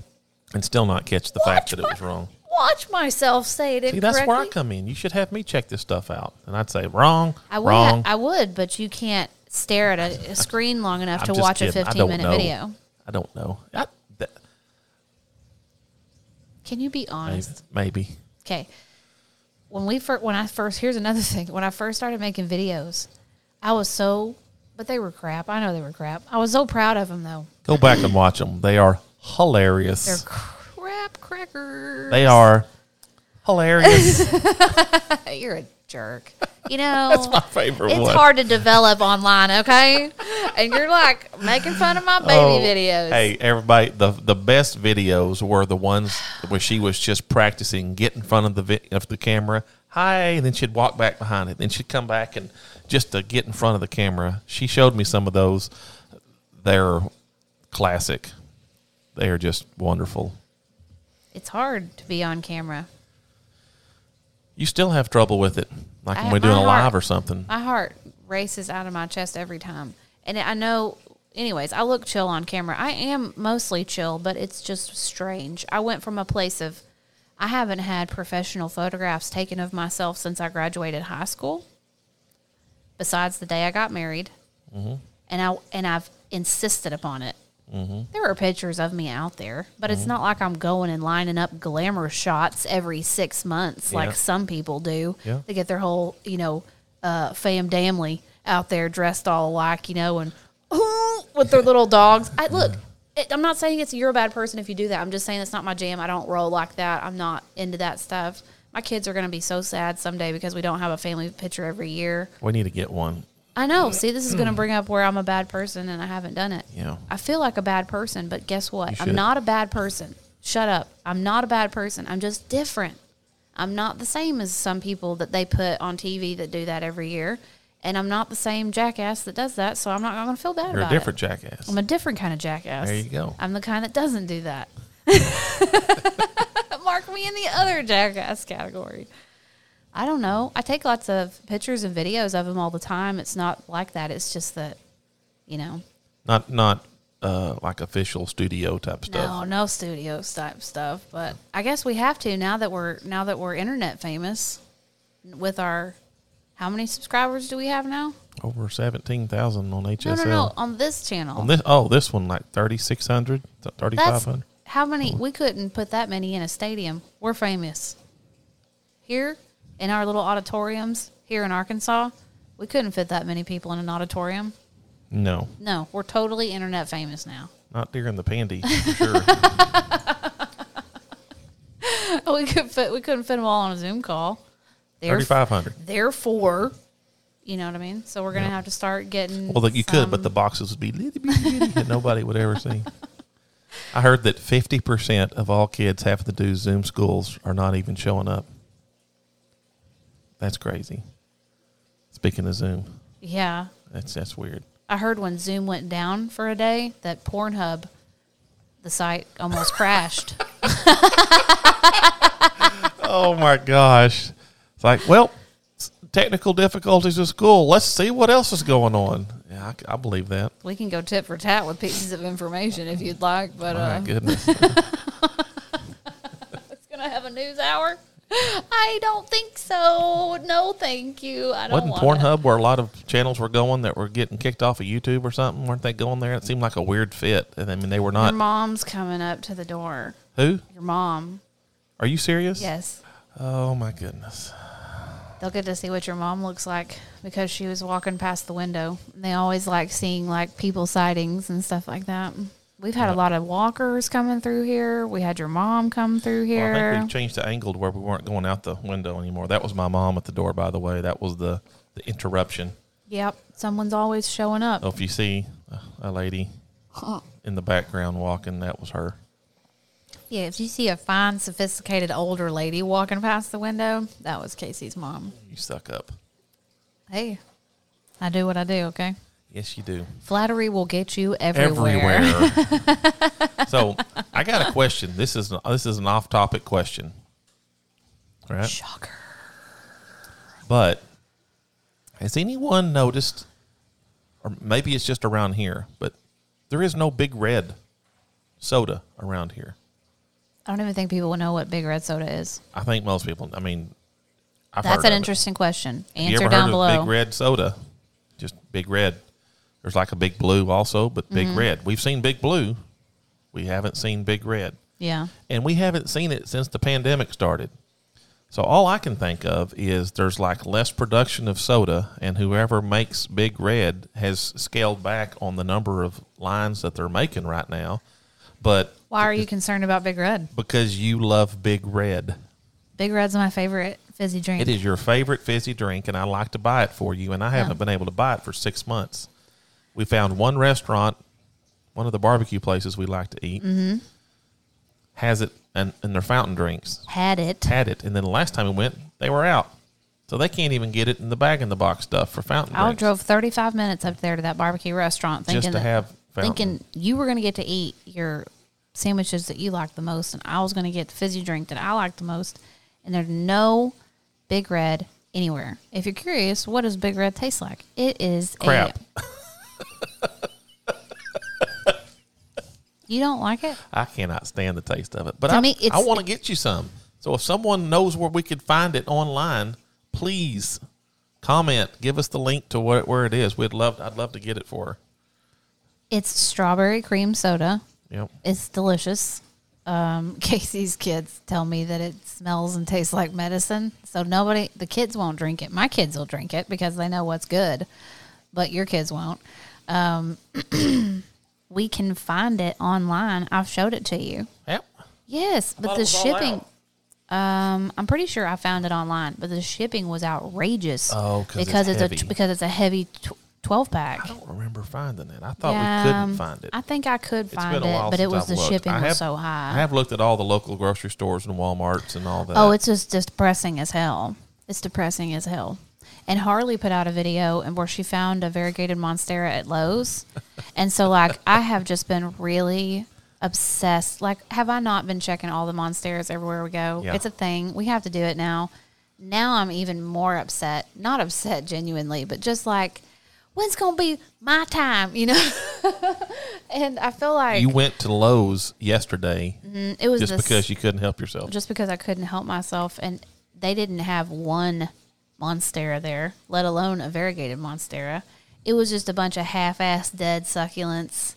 S2: and still not catch the fact that it was wrong.
S3: watch myself say it
S2: See,
S3: incorrectly.
S2: that's where I come in. You should have me check this stuff out, and I'd say wrong,
S3: I would,
S2: wrong.
S3: I would, but you can't stare at a,
S2: [LAUGHS]
S3: a screen long enough
S2: I'm
S3: to
S2: just
S3: watch a
S2: kidding. I
S3: 15
S2: don't
S3: minute
S2: know.
S3: video.
S2: I don't know. I, that,
S3: Can you be
S2: maybe,
S3: honest?
S2: maybe.
S3: Okay. When we first, when I first, here's another [LAUGHS] thing. When I first started making videos, I was so, but they were crap. I know they were crap. I was so proud of them though.
S2: Go back and watch them. They are [LAUGHS]
S3: They're
S2: hilarious.
S3: crap crackers.
S2: They are
S3: [LAUGHS]
S2: hilarious.
S3: You're a
S2: [LAUGHS]
S3: jerk. You know, that's
S2: my favorite
S3: It's
S2: one.
S3: hard to develop online, okay? and you're like making fun of my baby
S2: Oh,
S3: videos.
S2: Hey, everybody! The the best videos were the ones where she was just practicing, get in front of the vi- of the camera. Hi, and then she'd walk back behind it. Then she'd come back and just to get in front of the camera. She showed me some of those. They're classic. They are just wonderful.
S3: It's hard to be on camera.
S2: You still have trouble with it, like
S3: I-
S2: when we're doing
S3: my
S2: a live
S3: heart-
S2: or something.
S3: my heart races out of my chest every time. And I know, anyways, I look chill on camera. I am mostly chill, but it's just strange. I went from a place of, I haven't had professional photographs taken of myself since I graduated high school, besides the day I got married. And, I, and I've insisted upon it. There are pictures of me out there, but it's not like I'm going and lining up glamour shots every six months
S2: Yeah.
S3: like some people do.
S2: Yeah.
S3: They get their whole, you know, uh, fam damly out there dressed all alike, you know, and with their little dogs. I look. It, I'm not saying it's you're a bad person if you do that. I'm just saying it's not my jam. I don't roll like that. I'm not into that stuff. My kids are going to be so sad someday because we don't have a family picture every year.
S2: We need to get one.
S3: I know. See, this is going to bring up where I'm a bad person and I haven't done it.
S2: Mm. Yeah.
S3: I feel like a bad person, but guess what? I'm
S2: should.
S3: not a bad person. Shut up. I'm not a bad person. I'm just different. I'm not the same as some people that they put on TV that do that every year. And I'm not the same jackass that does that, so I'm not going to feel bad
S2: You're a
S3: about
S2: different
S3: it.
S2: jackass.
S3: I'm a different kind of jackass.
S2: There you go.
S3: I'm the kind that doesn't do that. [LAUGHS] Mark me in the other jackass category. I don't know. I take lots of pictures and videos of him all the time. It's not like that. It's just that, you know,
S2: not not uh, like official studio type stuff.
S3: no, no studio type stuff. But I guess we have to now that we're now that we're internet famous with our how many subscribers do we have now?
S2: Over seventeen thousand on HSL.
S3: No, no, no. On this channel.
S2: uh, On this, oh, this one like 3,600, 3,500.
S3: how many we couldn't put that many in a stadium. We're famous. Here in our little auditoriums here in Arkansas, we couldn't fit that many people in an auditorium.
S2: No,
S3: No, we're totally internet famous now. [LAUGHS]
S2: not during the pandy. For sure.
S3: we could fit we couldn't fit them all on a Zoom call. Therefore,
S2: 3,500.
S3: therefore you know what I mean? So we're gonna have to start getting
S2: Well, you could, but the
S3: some-
S2: boxes would be little bitty, bitty that nobody would ever see. I heard that 50% of all kids having to do Zoom schools are not even showing up. That's crazy. Speaking of Zoom,
S3: Yeah.
S2: that's that's weird.
S3: I heard when Zoom went down for a day that Pornhub the site
S2: [LAUGHS]
S3: almost crashed.
S2: Oh my gosh. It's like, well, s- technical difficulties at school. Let's see what else is going on. Yeah, I c- I, believe that.
S3: We can go tit for tat with pieces of information if you'd like, but
S2: My
S3: uh, [LAUGHS]
S2: goodness.
S3: it's gonna have a news hour. I don't think so. No, thank you. I don't.
S2: Wasn't
S3: want it.
S2: Pornhub where a lot of channels were going that were getting kicked off of YouTube or something? Weren't they going there? It seemed like a weird fit. And I mean, they were
S3: Your
S2: not.
S3: mom's coming up to the door.
S2: Who?
S3: Your mom.
S2: Are you serious?
S3: Yes,
S2: Oh my goodness.
S3: they'll get to see what your mom looks like because she was walking past the window. They always like seeing like people sightings and stuff like that. We've had a lot of walkers coming through here. We had your mom come through
S2: Well,
S3: here.
S2: I think we've changed the angle to where we weren't going out the window anymore. That was my mom at the door, by the way. That was the, the interruption.
S3: yep, someone's always showing up.
S2: So if you see a lady in the background walking, that was her.
S3: Yeah, if you see a fine, sophisticated older lady walking past the window, that was Casey's mom.
S2: You suck up.
S3: Hey, I do what I do, okay?
S2: Yes, you do.
S3: Flattery will get you everywhere.
S2: Everywhere.
S3: [LAUGHS]
S2: so I got a question. This is this is an off topic question. All right.
S3: Shocker.
S2: But has anyone noticed, or maybe it's just around here, but there is no big red soda around here.
S3: I don't even think people will know what Big Red Soda is.
S2: I think most people, I mean, I've
S3: That's
S2: heard
S3: an
S2: of it.
S3: interesting question.
S2: Have
S3: Answer
S2: you ever
S3: down
S2: heard
S3: below.
S2: Of big red soda, just big red. There's like a big blue also, but big
S3: Mm-hmm.
S2: red. We've seen big blue. We haven't seen big red.
S3: Yeah.
S2: and we haven't seen it since the pandemic started. So all I can think of is there's like less production of soda, and whoever makes Big Red has scaled back on the number of lines that they're making right now. But
S3: Why are you concerned about Big Red?
S2: because you love Big Red,
S3: Big Red's my favorite fizzy drink.
S2: it is your favorite fizzy drink, and I like to buy it for you, and I haven't been able to buy it for six months. We found one restaurant, one of the barbecue places we like to eat,
S3: Mm-hmm.
S2: has it and, and their fountain drinks.
S3: Had it.
S2: had it, and then the last time we went, they were out. So they can't even get it in the bag in the box stuff for fountain
S3: I
S2: drinks.
S3: drove 35 minutes up there to that barbecue restaurant thinking
S2: just to
S3: that-
S2: have fountain.
S3: thinking you were going to get to eat your sandwiches that you like the most, and I was going to get the fizzy drink that I like the most. And there's no Big Red anywhere. If you're curious, what does Big Red taste like? It is a-
S2: crap. [LAUGHS]
S3: you don't like it?
S2: I cannot stand the taste of it. But
S3: To
S2: I,
S3: me,
S2: I
S3: it's-
S2: want to get you some. So if someone knows where we could find it online, please comment. Give us the link to where, where it is. We'd love. I'd love to get it for her.
S3: It's strawberry cream soda.
S2: Yep.
S3: It's delicious. Um, [LAUGHS] Casey's kids tell me that it smells and tastes like medicine. So nobody, the kids won't drink it. My kids will drink it because they know what's good, but your kids won't. Um, [CLEARS THROAT] we can find it online. I've showed it to you.
S2: Yep.
S3: Yes, but
S2: thought it
S3: the
S2: was all
S3: shipping.
S2: out.
S3: Um, I'm pretty sure I found it online, but the shipping was outrageous.
S2: Oh, 'cause it's
S3: because it's,
S2: heavy.
S3: a because it's a heavy tw- twelve pack.
S2: I don't remember finding it. I thought we
S3: Um,
S2: couldn't find it.
S3: I think I could
S2: It's
S3: find it, but it
S2: since
S3: was
S2: I've
S3: the
S2: looked.
S3: shipping
S2: I
S3: was
S2: have-
S3: so
S2: I
S3: high.
S2: have looked at all the local grocery stores and WalMarts and all that.
S3: Oh, it's just depressing as hell. It's depressing as hell. And Harley put out a video and where she found a variegated monstera at
S2: [LAUGHS]
S3: Lowe's. and so like I have just been really obsessed. Like have I not been checking all the monsteras everywhere we go?
S2: Yeah.
S3: It's a thing. We have to do it now. Now I'm even more upset. Not upset genuinely, but just like when's going to be my time, you know? [LAUGHS] and I feel like
S2: you went to Lowe's yesterday
S3: it was
S2: just
S3: this-
S2: because you couldn't help yourself.
S3: just because I couldn't help myself, and they didn't have one monstera there, let alone a variegated monstera. It was just a bunch of half-assed dead succulents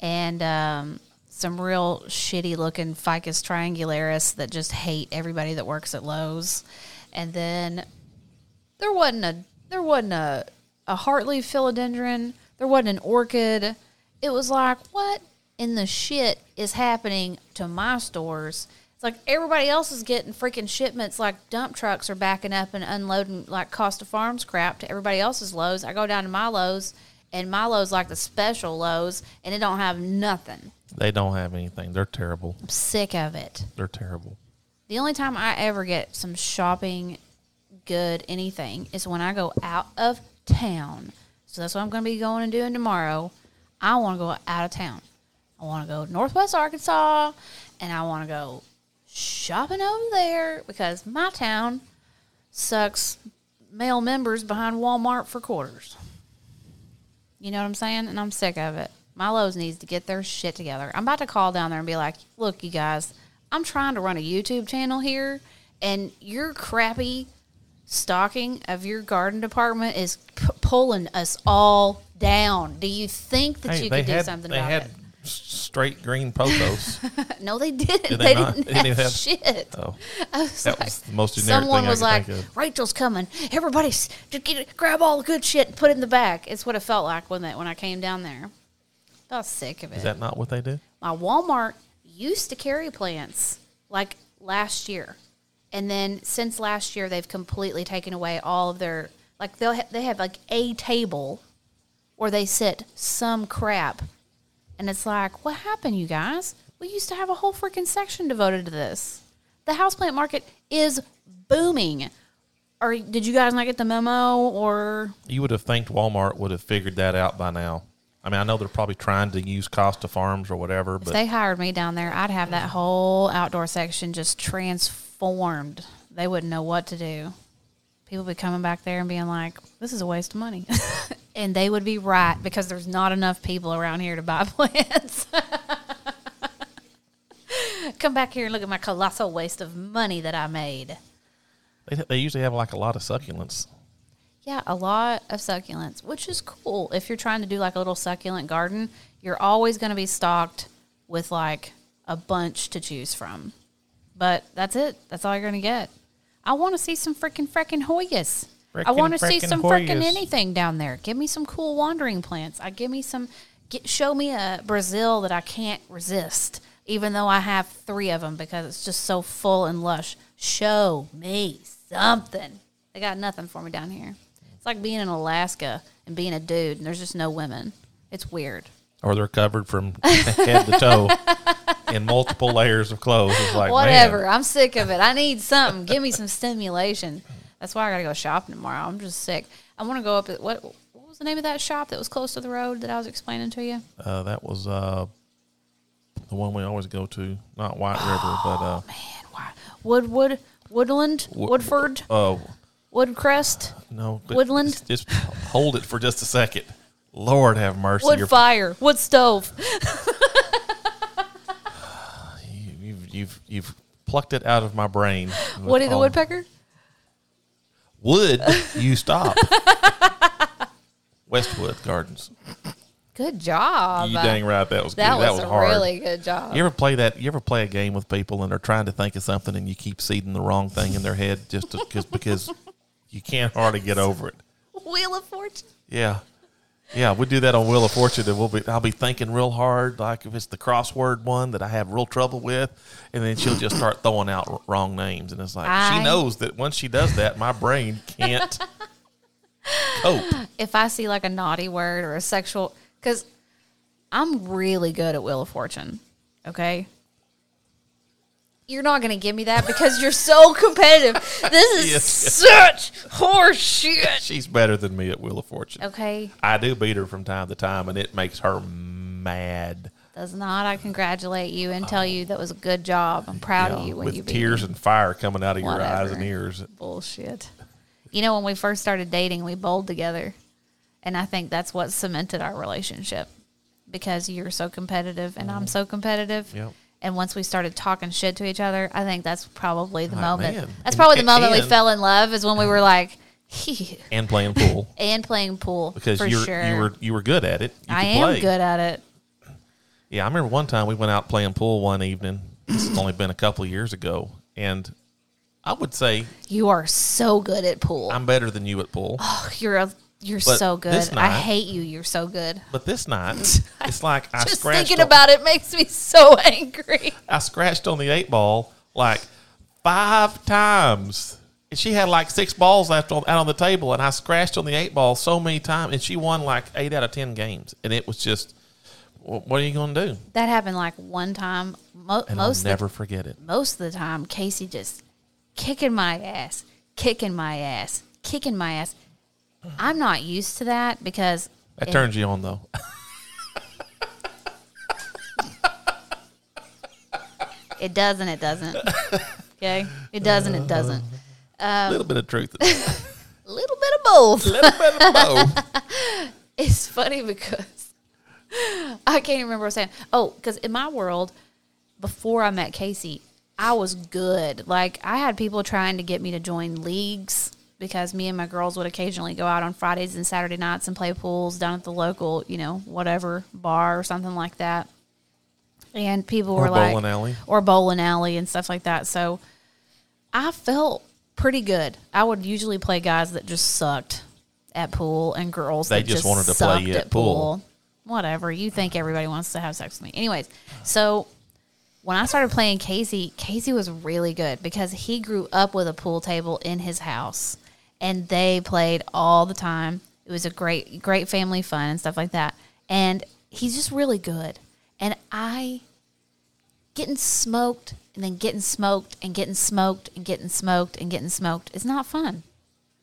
S3: and um, some real shitty-looking ficus triangularis that just hate everybody that works at Lowe's. And then there wasn't a there wasn't a a heartleaf philodendron. There wasn't an orchid. It was like, what in the shit is happening to my stores? It's like everybody else is getting freaking shipments. Like dump trucks are backing up and unloading like Costa Farms crap to everybody else's Lowe's. I go down to my Lowe's, and my Lowe's like the special Lowe's, and it don't have nothing.
S2: they don't have anything. They're terrible.
S3: I'm sick of it.
S2: They're terrible.
S3: The only time I ever get some shopping good anything is when I go out of town. So that's what I'm going to be going and doing tomorrow. I want to go out of town. I want to go Northwest Arkansas and I want to go shopping over there because my town sucks male members behind Walmart for quarters. You know what I'm saying? And I'm sick of it. My Lowe's needs to get their shit together. I'm about to call down there and be like, look, you guys, I'm trying to run a YouTube channel here, and your crappy stocking of your garden department is p- pulling us all down. Do you think that you
S2: they
S3: could do
S2: had
S3: something
S2: they
S3: about
S2: had
S3: it? [LAUGHS]
S2: s- straight green potos.
S3: No, they didn't.
S2: Did they
S3: they
S2: not?
S3: didn't
S2: They
S3: have,
S2: didn't have-
S3: shit.
S2: oh,
S3: I was
S2: that
S3: like-
S2: was the most generic
S3: Someone
S2: thing
S3: was
S2: I
S3: like,
S2: could think of.
S3: "Rachel's coming. Everybody, s- just get it, grab all the good shit and put it in the back." It's what it felt like when that when I came down there. I was sick of it.
S2: Is that not what they do?
S3: My Walmart used to carry plants like last year, and then since last year, they've completely taken away all of their like they'll ha- they have like a table where they sit some crap, and it's like, what happened, you guys? We used to have a whole freaking section devoted to this. The houseplant market is booming. Or did you guys not get the memo? Or
S2: You would have think Walmart would have figured that out by now. I mean, I know they're probably trying to use Costa Farms or whatever,
S3: If
S2: but
S3: they hired me down there, I'd have that whole outdoor section just transformed. They wouldn't know what to do. People would be coming back there and being like, this is a waste of money. [LAUGHS] and they would be right because there's not enough people around here to buy [LAUGHS] plants. Come back here and look at my colossal waste of money that I made.
S2: they, they usually have like a lot of succulents.
S3: Yeah, a lot of succulents, which is cool. If you're trying to do like a little succulent garden, you're always going to be stocked with like a bunch to choose from. But that's it. That's all you're going to get. I want to see some freaking freaking Hoyas. I
S2: Frickin'
S3: want to see
S2: frickin'
S3: some freaking
S2: Hoyas.
S3: anything down there. Give me some cool wandering plants. I give me some. Get, show me a Brazil that I can't resist, even though I have three of them because it's just so full and lush. Show me something. They got nothing for me down here. It's like being in Alaska and being a dude, and there's just no women. It's weird.
S2: Or they're covered from [LAUGHS] head to
S3: [LAUGHS]
S2: toe in multiple layers of clothes. It's like,
S3: Whatever.
S2: Man,
S3: I'm sick of it. I need something. Give me some stimulation. That's why I got to go shopping tomorrow. I'm just sick. I want to go up at what, what was the name of that shop that was close to the road that I was explaining to you?
S2: uh, that was uh, the one we always go to, not White River, but uh,
S3: Oh, And why? Woodwood, Woodland, Woodford,
S2: oh
S3: Woodcrest,
S2: no, but
S3: Woodland?
S2: Just, just hold it for just a second. Lord have mercy.
S3: Wood
S2: You're-
S3: Fire, Wood Stove.
S2: you- you've, you've you've plucked it out of my brain.
S3: Woody the
S2: Um,
S3: Woodpecker.
S2: Would
S3: [LAUGHS]
S2: you stop? Westwood Gardens.
S3: Good job.
S2: You dang right. That was
S3: That
S2: good.
S3: was,
S2: that was
S3: a
S2: hard.
S3: really good job.
S2: You ever play that? You ever play a game with people and they're trying to think of something and you keep seeding the wrong thing in their head just because because you can't hardly get over it.
S3: Wheel of Fortune.
S2: Yeah, yeah. We do that on Wheel of Fortune. And we'll be I'll be thinking real hard, like if it's the crossword one that I have real trouble with, and then she'll just start throwing out r- wrong names, and it's like
S3: I- [LAUGHS]
S2: she knows that once she does that, my brain can't cope.
S3: if I see like a naughty word or a sexual, because I'm really good at Wheel of Fortune. Okay. You're not going to give me that because you're so [LAUGHS] competitive. This is
S2: Yes.
S3: such horse shit.
S2: She's better than me at Wheel of Fortune.
S3: Okay.
S2: I do beat her from time to time, and it makes her mad.
S3: Does not. I congratulate you and tell you that was a good job. I'm proud
S2: Yeah,
S3: of you when
S2: with
S3: you beat
S2: tears and fire coming out of your eyes
S3: Whatever.
S2: and ears.
S3: bullshit. You know, when we first started dating, we bowled together. And I think that's what cemented our relationship because you're so competitive and I'm so competitive.
S2: Mm-hmm. Yep.
S3: And once we started talking shit to each other, I think that's probably the
S2: Like,
S3: moment.
S2: Ah, man.
S3: That's probably the
S2: And-
S3: moment we
S2: and-
S3: fell in love is when we were like, [LAUGHS]
S2: and playing pool
S3: and playing pool.
S2: because
S3: for
S2: you
S3: sure.
S2: you were you were good at it. You
S3: I
S2: could
S3: am
S2: play.
S3: good at it.
S2: Yeah, I remember one time we went out playing pool one evening. This has only been a couple of years ago, and I would say
S3: You are so good at pool.
S2: I'm better than you at pool.
S3: [SIGHS] you're a, you're
S2: But
S3: so good.
S2: this
S3: I
S2: night-
S3: hate you. You're so good.
S2: But this
S3: [LAUGHS]
S2: night, it's like I
S3: Just
S2: scratched
S3: thinking
S2: on,
S3: about it makes me [LAUGHS] so angry.
S2: I scratched on the eight ball like five times. And she had like six balls left on, out on the table, and I scratched on the eight ball so many times, and she won like eight out of ten games, and it was just, wh- what are you going to do?
S3: That happened like one time. Mo-
S2: And
S3: most
S2: I'll
S3: of
S2: never
S3: the,
S2: forget it.
S3: most of the time, Casey just kicking my ass, kicking my ass, kicking my ass. I'm not used to that because
S2: That
S3: it-
S2: turns you on though. [LAUGHS]
S3: it does and
S2: [LAUGHS]
S3: it doesn't. Okay, it does and it doesn't. Um,
S2: A little bit of truth, a
S3: A little bit of both.
S2: little bit of both. [LAUGHS]
S3: it's funny because [LAUGHS] I can't even remember what I was saying. Oh, because in my world, before I met Casey, I was good. Like I had people trying to get me to join leagues because me and my girls would occasionally go out on Fridays and Saturday nights and play pools down at the local, you know, whatever bar or something like that. And people
S2: Or
S3: were like
S2: bowling alley.
S3: or bowling alley and stuff like that. So I felt pretty good. I would usually play guys that just sucked at pool and girls
S2: They
S3: that
S2: just
S3: just
S2: wanted to play
S3: sucked
S2: you at pool.
S3: Whatever. You think everybody wants to have sex with me. Anyways, so when I started playing Casey, Casey was really good because he grew up with a pool table in his house and they played all the time. It was a great, great family fun and stuff like that. And he's just really good. And I getting smoked and then getting smoked and getting smoked and getting smoked and getting smoked is not fun.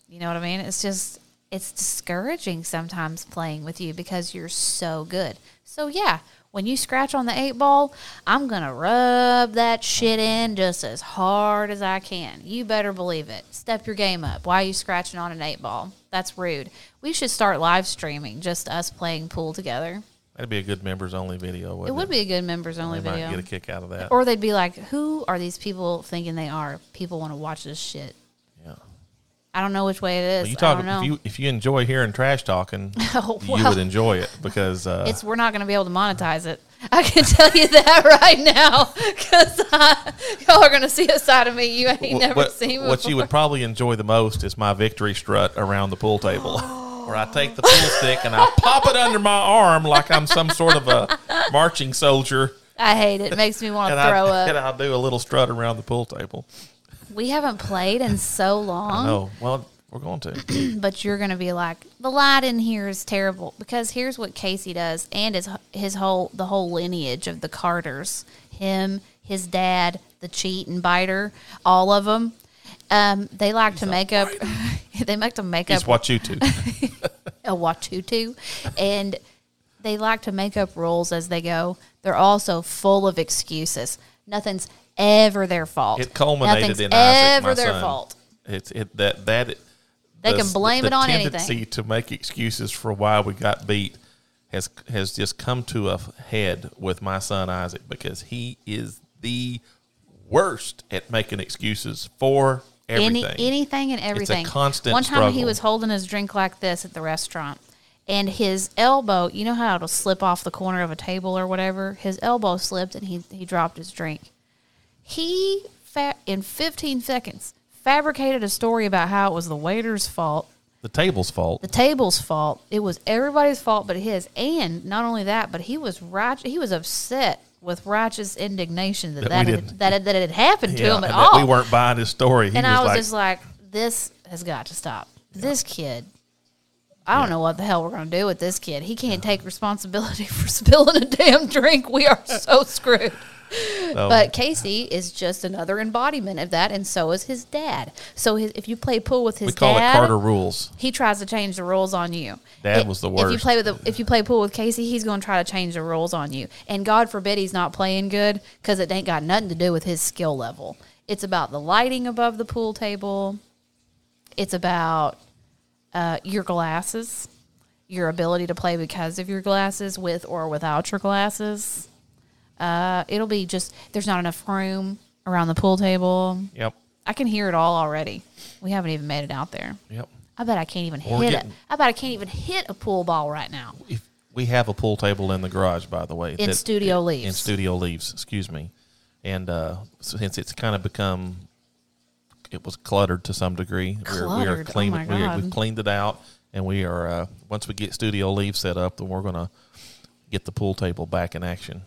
S3: You know what I mean? It's just it's discouraging sometimes playing with you because you're so good. So yeah, when you scratch on the eight ball, I'm gonna rub that shit in just as hard as I can. You better believe it. Step your game up. Why are you scratching on an eight ball? That's rude. We should start live streaming just us playing pool together.
S2: That'd be a good members only video. Wouldn't
S3: It would be a good members only
S2: They might
S3: video.
S2: get a kick out of that.
S3: Or they'd be like, who are these people thinking they are? People want to watch this shit.
S2: yeah.
S3: I don't know which way it is.
S2: But you
S3: I
S2: talk
S3: don't know.
S2: if you if you enjoy hearing trash talking,
S3: [LAUGHS] Oh,
S2: you
S3: well.
S2: would enjoy it because uh,
S3: it's we're not going to be able to monetize it. I can tell you that [LAUGHS] right now because y'all are going to see a side of me you ain't
S2: wh- [LAUGHS]
S3: never
S2: what,
S3: seen before.
S2: what you would probably enjoy the most is my victory strut around the pool
S3: [GASPS]
S2: table, [LAUGHS] where I take the pool stick and I pop it under my arm like I'm some sort of
S3: [LAUGHS]
S2: a marching soldier,
S3: I hate it. It Makes me
S2: [LAUGHS]
S3: want
S2: and
S3: to
S2: I
S3: throw
S2: and
S3: up.
S2: I'll do a little strut around the pool table.
S3: We haven't played in so long.
S2: Oh well, we're going to.
S3: [CLEARS THROAT] but you're going to be like the light in here is terrible because here's what Casey does and his his whole the whole lineage of the Carters, him, his dad, the cheat and biter, all of them. Um, they like to make up. [LAUGHS] they like to make
S2: Just
S3: up
S2: watch you two.
S3: a Watutu, and they like to make up rules as they go. They're also full of excuses. Nothing's ever their fault.
S2: It culminated
S3: Nothing's
S2: in Isaac,
S3: ever
S2: my
S3: their
S2: son.
S3: fault.
S2: It's it that that
S3: They
S2: the-
S3: can blame
S2: the
S3: it on
S2: tendency
S3: anything.
S2: to make excuses for why we got beat has has just come to a head with my son Isaac because he is the worst at making excuses for everything.
S3: Any, anything and everything.
S2: constant
S3: One time he
S2: struggle.
S3: was holding his drink like this at the restaurant, and his elbow, you know how it'll slip off the corner of a table or whatever? His elbow slipped and he, he dropped his drink. He, fa- in 15 seconds, fabricated a story about how it was the waiter's fault
S2: the table's fault.
S3: the table's fault. It was everybody's fault but his. And not only that, but he was right. He was upset with righteous indignation that
S2: That
S3: that
S2: we
S3: had,
S2: didn't-
S3: that, had- that it had happened to
S2: Yeah,
S3: him at
S2: and that
S3: all.
S2: we weren't buying his story. He
S3: and
S2: was,
S3: I was
S2: like,
S3: just like, this has got to stop. This kid I don't know what the hell we're going to do with this kid. He can't take responsibility [LAUGHS] for spilling a damn drink.
S2: [LAUGHS]
S3: We are so screwed.
S2: So,
S3: But Casey is just another embodiment of that, and so is his dad. So his, if you play pool with his
S2: we call
S3: dad,
S2: it Carter rules.
S3: he tries to change the rules on you.
S2: Dad
S3: If-
S2: was the
S3: If you
S2: worst.
S3: play with the, if you play pool with Casey, he's going to try to change the rules on you. And God forbid he's not playing good because it ain't got nothing to do with his skill level. It's about the lighting above the pool table. It's about uh, your glasses, your ability to play because of your glasses, with or without your glasses. Uh, it'll be just there's not enough room around the pool table.
S2: Yep.
S3: I can hear it all already. We haven't even made it out there.
S2: Yep.
S3: I bet I can't even
S2: Or
S3: hit
S2: getting-
S3: it. I bet I can't even hit a pool ball right now.
S2: If we have a pool table in the garage, by the way.
S3: In studio
S2: In
S3: leaves.
S2: studio leaves, excuse me. And uh, since it's kind of become, it was cluttered to some degree. We are
S3: Cluttered? Oh
S2: clean.
S3: my
S2: we are, we've
S3: God.
S2: cleaned it out, and we are uh, once we get studio leaves set up, then we're gonna get the pool table back in action,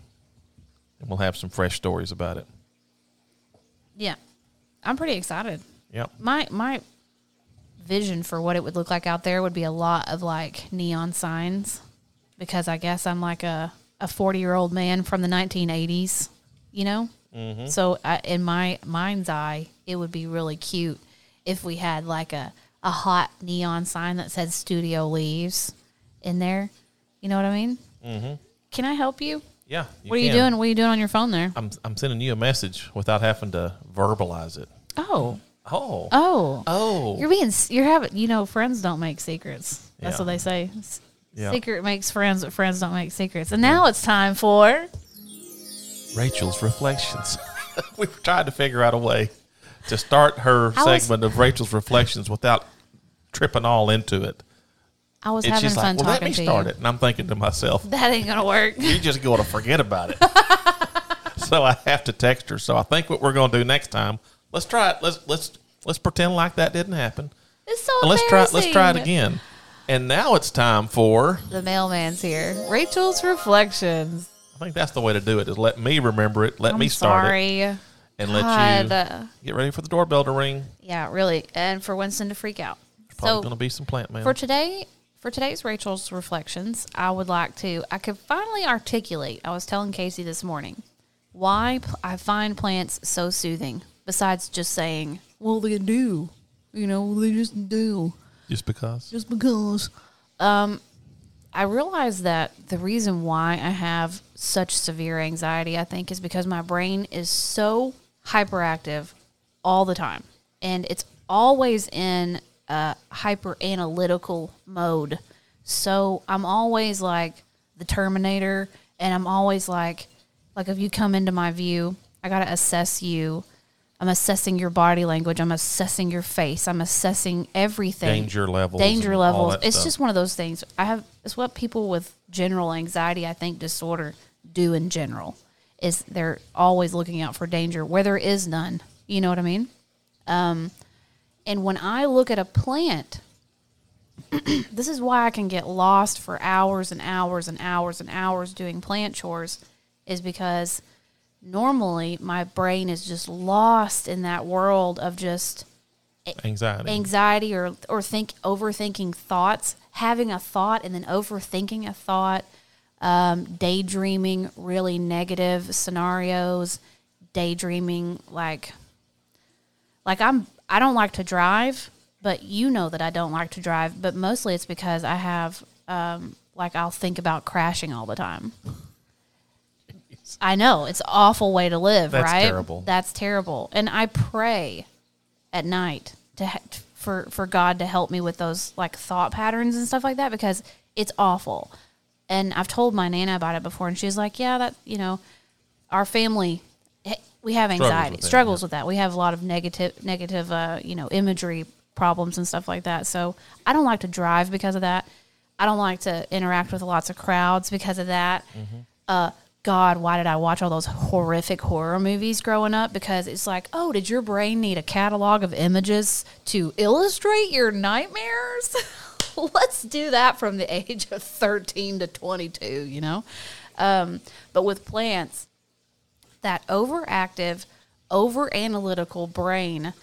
S2: and we'll have some fresh stories about it.
S3: Yeah. I'm pretty excited.
S2: Yep.
S3: My my vision for what it would look like out there would be a lot of like neon signs because I guess I'm like a a 40-year-old man from the 1980s, you know?
S2: Mm-hmm.
S3: So I, in my mind's eye, it would be really cute if we had like a a hot neon sign that said studio leaves in there. You know what I mean? Mhm.
S2: Mm-hmm.
S3: Can I help you?
S2: Yeah.
S3: What are you
S2: can.
S3: doing? What are you doing on your phone there?
S2: I'm I'm sending you a message without having to verbalize it.
S3: Oh,
S2: Oh.
S3: oh,
S2: Oh.
S3: You're being s- you're having you know friends don't make secrets. That's
S2: Yeah.
S3: what they say. S-
S2: Yeah.
S3: Secret makes friends, but friends don't make secrets. And now it's time for
S2: Rachel's reflections. [LAUGHS] we were trying to figure out a way to start her
S3: I was-
S2: segment of Rachel's reflections without tripping all into it.
S3: I was
S2: And
S3: having
S2: she's like,
S3: fun
S2: "Well, let
S3: talking
S2: me
S3: to
S2: start
S3: you.
S2: it," and I'm thinking to myself,
S3: [LAUGHS] That ain't gonna work.
S2: "You just going to forget about
S3: [LAUGHS]
S2: it." so I have to text her. So I think what we're going to do next time, let's try it. Let's let's let's pretend like that didn't happen.
S3: It's so
S2: And let's try let's try it
S3: embarrassing.
S2: again. And now it's time for.
S3: The mailman's here. Rachel's reflections.
S2: I think that's the way to do it. Is let me remember it. Let
S3: I'm
S2: me start it
S3: sorry.
S2: and
S3: God.
S2: let you get ready for the doorbell to ring.
S3: Yeah, really. And for Winston to freak out.
S2: Probably
S3: so
S2: going to be some plant mail.
S3: For today, for today's Rachel's reflections, I would like to. I could finally articulate. I was telling Casey this morning why pl- I find plants so soothing. Besides just saying, "Well, they do," you know, they just do
S2: Just because.
S3: just because. Um, I realize that the reason why I have such severe anxiety, I think, is because my brain is so hyperactive all the time, and it's always in a hyper analytical mode. So I'm always like the Terminator, and I'm always like, like if you come into my view, I gotta assess you. I'm assessing your body language. I'm assessing your face. I'm assessing everything.
S2: Danger levels
S3: Danger
S2: and all
S3: levels.
S2: that
S3: It's
S2: stuff.
S3: just one of those things. I have. It's what people with general anxiety, I think, disorder do in general. Is they're always looking out for danger where there is none. You know what I mean? Um, and when I look at a plant, [CLEARS THROAT] this is why I can get lost for hours and hours and hours and hours doing plant chores, is because normally my brain is just lost in that world of just
S2: Anxiety.
S3: anxiety or or think overthinking thoughts, having a thought and then overthinking a thought, um, daydreaming really negative scenarios, daydreaming like like I'm I don't like to drive, but you know that I don't like to drive, but mostly it's because I have um, like I'll think about crashing all the time. I know it's an awful way to live,
S2: That's
S3: right?
S2: terrible.
S3: That's terrible. And I pray at night to ha- for for God to help me with those like thought patterns and stuff like that because it's awful. And I've told my nana about it before, and she's like, "Yeah, that you know, our family, eh, we have
S2: with
S3: anxiety,
S2: it, yeah.
S3: struggles with that. We have a lot of negative negative uh, you know imagery problems and stuff like that. So I don't like to drive because of that. I don't like to interact with lots of crowds because of that. Uh, God, why did I watch all those horrific horror movies growing up? Because it's like, oh, did your brain need a catalog of images to illustrate your nightmares? [LAUGHS] Let's do that from the age of 13 to 22, you know? Um, but with plants, that overactive, over analytical brain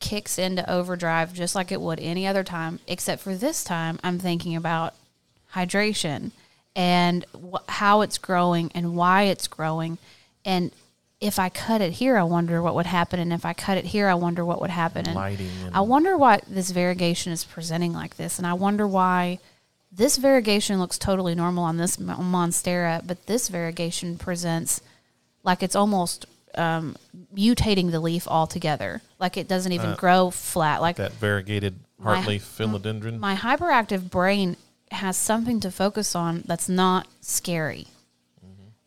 S3: kicks into overdrive just like it would any other time, except for this time I'm thinking about hydration and wh- how it's growing and why it's growing. And if I cut it here, I wonder what would happen. And if I cut it here, I wonder what would happen. And
S2: Lighting and-
S3: I wonder why this variegation is presenting like this. And I wonder why this variegation looks totally normal on this mon- Monstera, but this variegation presents like it's almost um, mutating the leaf altogether. Like it doesn't even grow flat. Like
S2: That variegated
S3: My-
S2: heartleaf philodendron.
S3: my hyperactive brain has something to focus on that's not scary.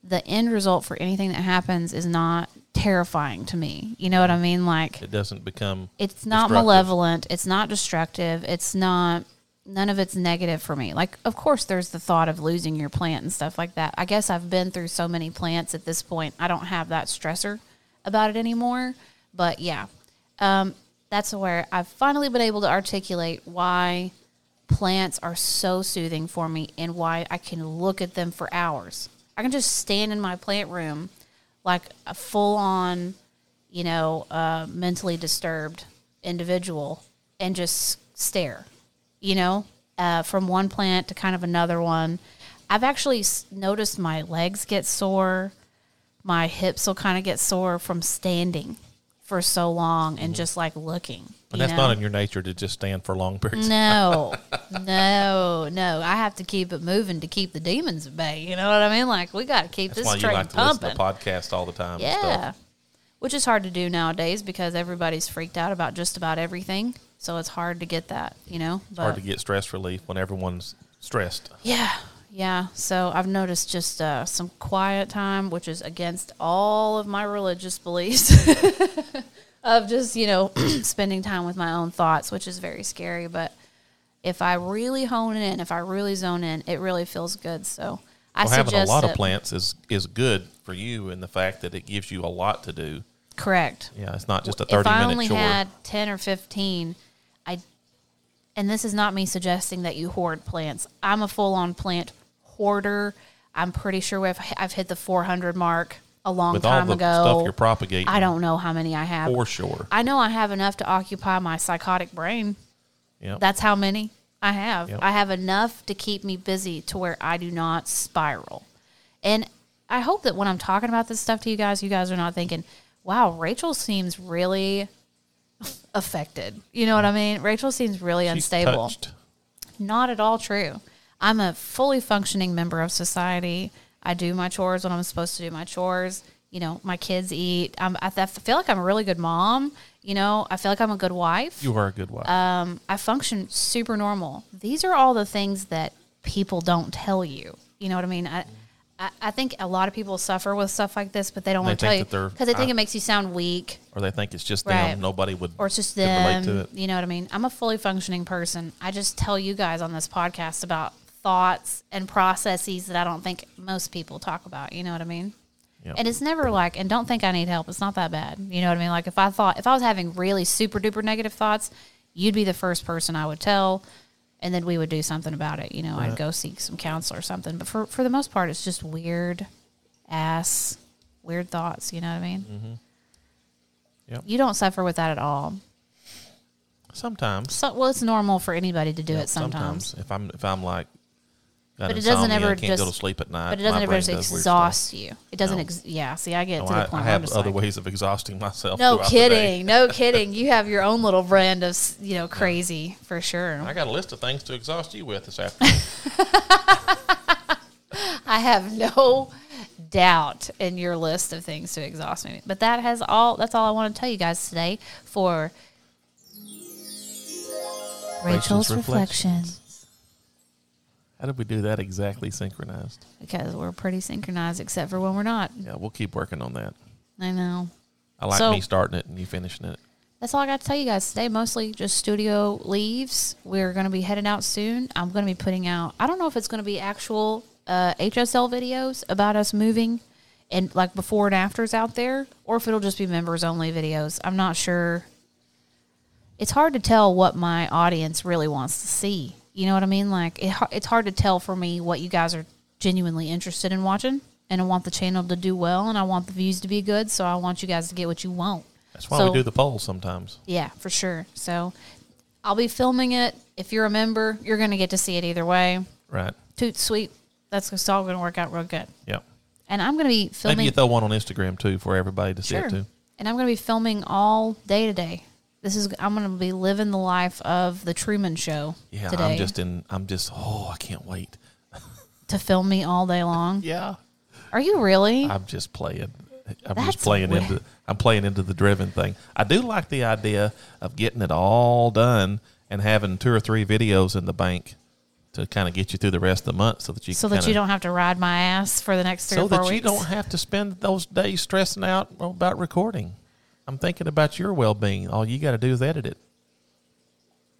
S3: The end result for anything that happens is not terrifying to me. You know what I mean? Like
S2: it doesn't become.
S3: it's not
S2: destructive.
S3: malevolent. It's not destructive. It's not none of it's negative for me. Like of course there's the thought of losing your plant and stuff like that. I guess I've been through so many plants at this point. I don't have that stressor about it anymore. But yeah. Um, that's where I've finally been able to articulate why plants are so soothing for me and why I can look at them for hours. I can just stand in my plant room like a full on, you know, uh, mentally disturbed individual and just stare, you know, uh, from one plant to kind of another one. I've actually s- noticed my legs get sore. My hips will kind of get sore from standing for so long and just like looking. you
S2: And Mm-hmm. that's
S3: know?
S2: not in your nature to just stand for long periods. [LAUGHS]
S3: No, no, no. I have to keep it moving to keep the demons at bay. You know what I mean? Like we got to keep
S2: That's why
S3: this
S2: you
S3: train
S2: like to
S3: pumping.
S2: listen to podcasts all the time. and stuff.
S3: yeah, which is hard to do nowadays because everybody's freaked out about just about everything. So it's hard to get that. You know, but
S2: Hard to get stress relief when everyone's stressed.
S3: yeah, yeah. So I've noticed just uh, some quiet time, which is against all of my religious beliefs. [LAUGHS] of just you know [CLEARS THROAT] spending time with my own thoughts which is very scary but if i really hone in if i really zone in it really feels good so i
S2: well, having
S3: suggest
S2: a lot
S3: it.
S2: of plants is is good for you in the fact that it gives you a lot to do.
S3: correct
S2: Yeah, it's not just a
S3: if
S2: thirty
S3: I
S2: minute
S3: only
S2: chore.
S3: had ten or fifteen, I and this is not me suggesting that you hoard plants. I'm a full on plant hoarder. I'm pretty sure we've, I've hit the 400 mark a long
S2: With all
S3: time
S2: the
S3: ago.
S2: stuff you're propagating.
S3: I don't know how many I have.
S2: for sure.
S3: I know I have enough to occupy my psychotic brain.
S2: Yeah,
S3: That's how many I have.
S2: Yep.
S3: I have enough to keep me busy to where I do not spiral. And I hope that when I'm talking about this stuff to you guys, you guys are not thinking, wow, Rachel seems really affected. You know what I mean? Rachel seems really
S2: She's
S3: unstable.
S2: touched.
S3: Not at all true. I'm a fully functioning member of society. I do my chores when I'm supposed to do my chores. You know, my kids eat. I'm, I, I feel like I'm a really good mom. You know, I feel like I'm a good wife.
S2: You are a good wife.
S3: Um, I function super normal. These are all the things that people don't tell you. You know what I mean? I, I, I think a lot of people suffer with stuff like this, but they don't
S2: They
S3: want to tell
S2: think
S3: you
S2: that they're-
S3: because they think
S2: I-
S3: it makes you sound weak
S2: or they think it's just
S3: right.
S2: them. Nobody would
S3: or it's just
S2: could relate
S3: them.
S2: to it.
S3: You know what I mean? I'm a fully functioning person. I just tell you guys on this podcast about thoughts and processes that I don't think most people talk about. You know what I mean?
S2: Yeah.
S3: And it's never like, and don't think I need help. It's not that bad. You know what I mean? Like if I thought, if I was having really super duper negative thoughts, you'd be the first person I would tell, and then we would do something about it. You know, I'd go seek some counsel or something. But for for the most part, it's just weird ass, weird thoughts. You know what I mean?
S2: Mm-hmm. Yep.
S3: You don't suffer with that at all.
S2: Sometimes,
S3: So, well, it's normal for anybody to do it sometimes,
S2: sometimes, if I'm if I'm like, got
S3: But it
S2: insomnia,
S3: doesn't ever
S2: I can't go to
S3: just-
S2: sleep at night.
S3: but it
S2: my
S3: doesn't ever
S2: brain
S3: just
S2: does weird
S3: exhaust you. It doesn't.
S2: No.
S3: Ex- yeah. See, I
S2: stuff.
S3: get to
S2: No,
S3: the
S2: I,
S3: point.
S2: I
S3: where
S2: have
S3: I'm just
S2: other
S3: like,
S2: ways of exhausting myself.
S3: No
S2: throughout the day. [LAUGHS]
S3: kidding. No kidding. You have your own little brand of s- you know crazy for
S2: I
S3: sure.
S2: got a list of things to exhaust you
S3: [LAUGHS]
S2: with this afternoon.
S3: I have no doubt in your list of things to exhaust me. But that has all. That's all I want to tell you guys today for Rachel's,
S2: Rachel's
S3: reflections.
S2: How did we do that exactly synchronized?
S3: Because we're pretty synchronized, except for when we're not.
S2: Yeah, we'll keep working on that.
S3: I know.
S2: I like
S3: So-
S2: me starting it and you finishing it.
S3: That's all I got to tell you guys today. Mostly just studio leaves. We're going to be heading out soon. I'm going to be putting out, I don't know if it's going to be actual uh, HSL videos about us moving and like before and afters out there, or if it'll just be members only videos. I'm not sure. It's hard to tell what my audience really wants to see. You know what I mean? Like, it, har- it's hard to tell for me what you guys are genuinely interested in watching. And I want the channel to do well and I want the views to be good. So I want you guys to get what you want.
S2: That's why
S3: So-
S2: we do the polls sometimes.
S3: Yeah, for sure. So I'll be filming it. If you're a member, you're going to get to see it either way.
S2: Right.
S3: Toot sweet. That's it's all going to work out real good.
S2: Yep.
S3: And I'm going to be filming.
S2: Maybe you throw one on Instagram too for everybody to see
S3: Sure.
S2: it too.
S3: And I'm going to be filming all day today. This is I'm going to be living the life of the Truman Show
S2: Yeah,
S3: today
S2: I'm just in. I'm just. Oh, I can't wait.
S3: to film me all day long.
S2: Yeah,
S3: Are you really?
S2: I'm just playing. I'm
S3: That's
S2: just playing
S3: weird.
S2: into. I'm playing into the driven thing. I do like the idea of getting it all done and having two or three videos in the bank to kind of get you through the rest of the month, so that you
S3: so
S2: can
S3: that you don't have to ride my ass for the next three
S2: so
S3: or four
S2: that
S3: weeks.
S2: you don't have to spend those days stressing out about recording. I'm thinking about your well being. All you got to do is edit it.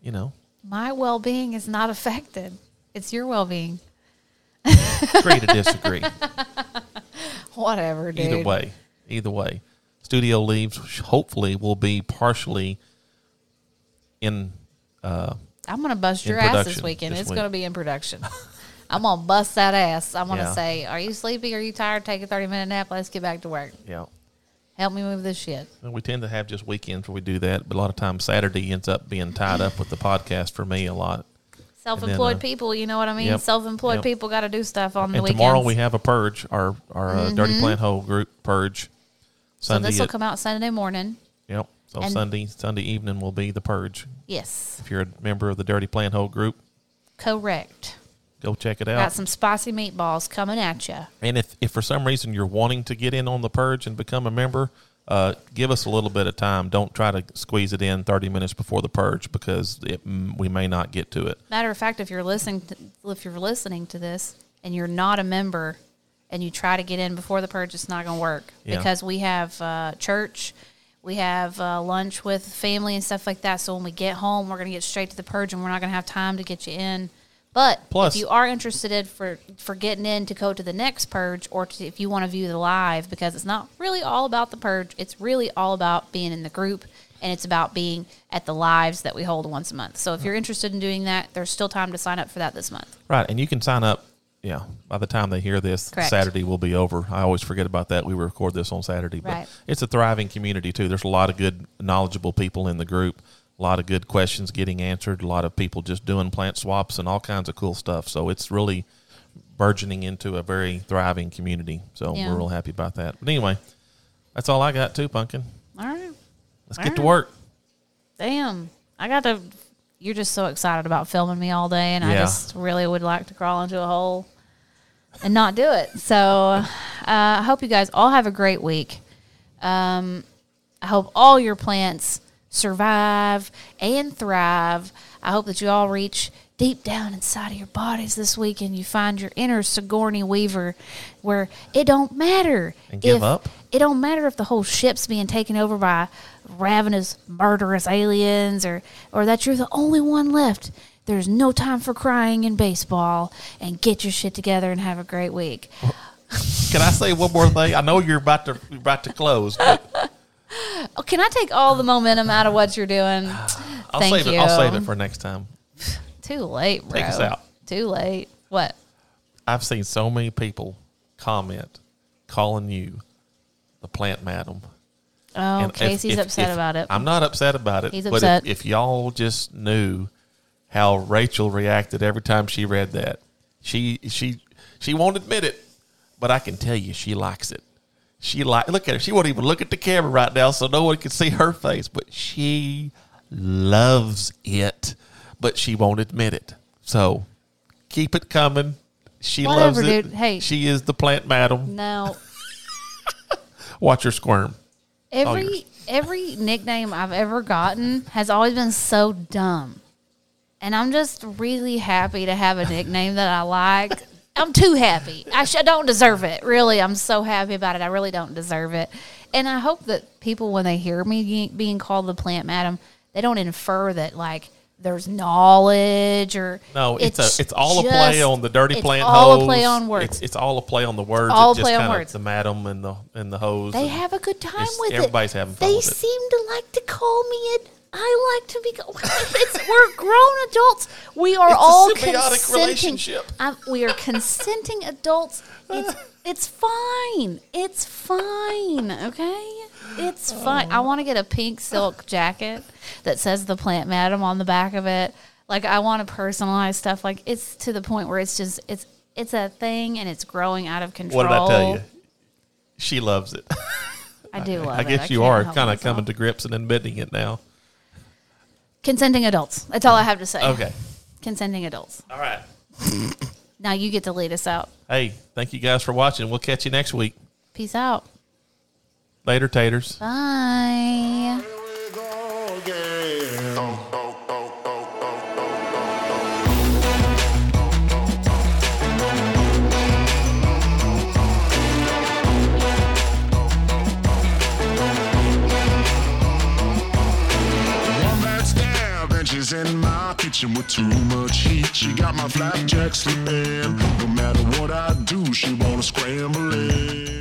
S2: You know,
S3: my well-being is not affected. It's your well-being.
S2: agree to
S3: [LAUGHS]
S2: disagree.
S3: Whatever, dude.
S2: either way, either way, studio leaves sh- hopefully will be partially in. Uh,
S3: I'm gonna bust
S2: In
S3: your ass this
S2: production
S3: weekend.
S2: this
S3: it's
S2: week.
S3: gonna be
S2: [LAUGHS]
S3: in production. I'm gonna bust that ass. I'm gonna
S2: Yeah.
S3: say, "Are you sleepy? Are you tired? Take a 30 minute nap. Let's get back to work.
S2: yeah,
S3: Help me move this shit."
S2: And we tend to have just weekends where we do that, but a lot of times Saturday ends up being tied up with the podcast for me a lot.
S3: Mm-hmm. Self-employed
S2: uh,
S3: people, you know what I mean.
S2: yep,
S3: Self-employed
S2: yep.
S3: people got to do stuff on the
S2: and
S3: weekends. Mm-hmm.
S2: tomorrow we have a purge, our our uh, Dirty Plant Hole group purge.
S3: so
S2: Sunday,
S3: this will
S2: at-
S3: come out Sunday morning.
S2: yep. So
S3: and-
S2: Sunday Sunday evening will be the purge.
S3: Yes,
S2: If you're a member of the Dirty Plant Hole group,
S3: correct.
S2: go check it
S3: Got
S2: out.
S3: some spicy meatballs coming at you.
S2: And if, if for some reason you're wanting to get in on the purge and become a member, uh, give us a little bit of time. Don't try to squeeze it in 30 minutes before the purge because it, mm, we may not get to it.
S3: Matter of fact, if you're listening, to, if you're listening to this and you're not a member, and you try to get in before the purge, it's not going to work
S2: Yeah.
S3: because we have uh, church, we have uh, lunch with family and stuff like that. So when we get home, we're going to get straight to the purge, and we're not going to have time to get you in. But
S2: Plus-
S3: if you are interested in for for getting in to go to the next purge, or to, if you want to view the live, because it's not really all about the purge, it's really all about being in the group, and it's about being at the lives that we hold once a month. So if you're interested in doing that, there's still time to sign up for that this month.
S2: Right. And you can sign up. Yeah. By the time they hear this,
S3: Correct.
S2: Saturday will be over. I always forget about that. We record this on Saturday. But
S3: Right.
S2: it's a thriving community, too. There's a lot of good, knowledgeable people in the group, a lot of good questions getting answered, a lot of people just doing plant swaps and all kinds of cool stuff. So it's really burgeoning into a very thriving community. So
S3: Yeah.
S2: we're real happy about that. But anyway, that's all I got, too, Pumpkin.
S3: All right.
S2: Let's
S3: All
S2: get to
S3: right.
S2: work.
S3: Damn. I got to. You're just so excited about filming me all day, and I
S2: Yeah.
S3: just really would like to crawl into a hole and not do it. So uh, I hope you guys all have a great week. Um, I hope all your plants survive and thrive. I hope that you all reach deep down inside of your bodies this week and you find your inner Sigourney Weaver where it don't matter.
S2: And give
S3: if-
S2: up?
S3: It don't matter if the whole ship's being taken over by ravenous, murderous aliens or, or that you're the only one left. There's no time for crying in baseball. And get your shit together and have a great week.
S2: Can I say one more thing? I know you're about to you're about to close, but
S3: Oh, can I take all the momentum out of what you're doing?
S2: [SIGHS] I'll
S3: Thank
S2: save it.
S3: you.
S2: I'll save it for next time.
S3: Too late, bro.
S2: Take us out.
S3: Too late. What?
S2: I've seen so many people comment calling you the plant madam.
S3: Oh,
S2: And if-
S3: Casey's
S2: if-
S3: upset
S2: if-
S3: about it.
S2: I'm not upset about it.
S3: He's
S2: but if-
S3: upset.
S2: If, y'all just knew how Rachel reacted every time she read that, she she she won't admit it, but I can tell you she likes it. She like look at her. She won't even look at the camera right now, so no one can see her face. But she loves it, but she won't admit it. So keep it coming. She loves
S3: Whatever,
S2: it.
S3: dude. Hey.
S2: she is the plant madam.
S3: no.
S2: Watch her squirm. yours.
S3: Every every nickname I've ever gotten has always been so dumb. And I'm just really happy to have a nickname that I like. I'm too happy. I, sh- I don't deserve it. Really, I'm so happy about it. I really don't deserve it. And I hope that people, when they hear me ge- being called the plant madam, they don't infer that like there's knowledge or
S2: No, it's, a it's all a
S3: just-
S2: play on the dirty
S3: it's
S2: plant.
S3: All
S2: hose.
S3: a play on words.
S2: It's, it's all a play on the words.
S3: All
S2: It's just
S3: play on
S2: kinda
S3: words.
S2: The madam and the and the hose.
S3: They
S2: and-
S3: have a good time
S2: It's-
S3: with it.
S2: everybody's having fun
S3: They
S2: with it.
S3: seem to like to call me it. I like to be. ca- [LAUGHS] It's, we're grown adults. We are
S2: It's a
S3: all
S2: symbiotic
S3: consenting.
S2: relationship.
S3: I'm- we are
S2: [LAUGHS]
S3: consenting adults. It's it's fine. It's fine. Okay. It's fun. I want to get a pink silk jacket that says the plant madam on the back of it. Like I want to personalize stuff. Like it's to the point where it's just it's it's a thing and it's growing out of
S2: What
S3: control.
S2: did I tell you? She loves it.
S3: I do love
S2: I
S3: it.
S2: guess you
S3: can't
S2: are
S3: help
S2: kind of
S3: myself.
S2: coming to grips and admitting it now.
S3: consenting adults. That's all I have to say.
S2: Okay.
S3: Consenting adults.
S2: All right.
S3: Now you get to lead us out.
S2: Hey, thank you guys for watching. We'll catch you next week.
S3: Peace out.
S2: Later, taters.
S3: Bye.
S1: Here we go again. One bad stab, and she's in my kitchen with too much heat. She got my flapjack slipping. No matter what I do, she wanna scramble it.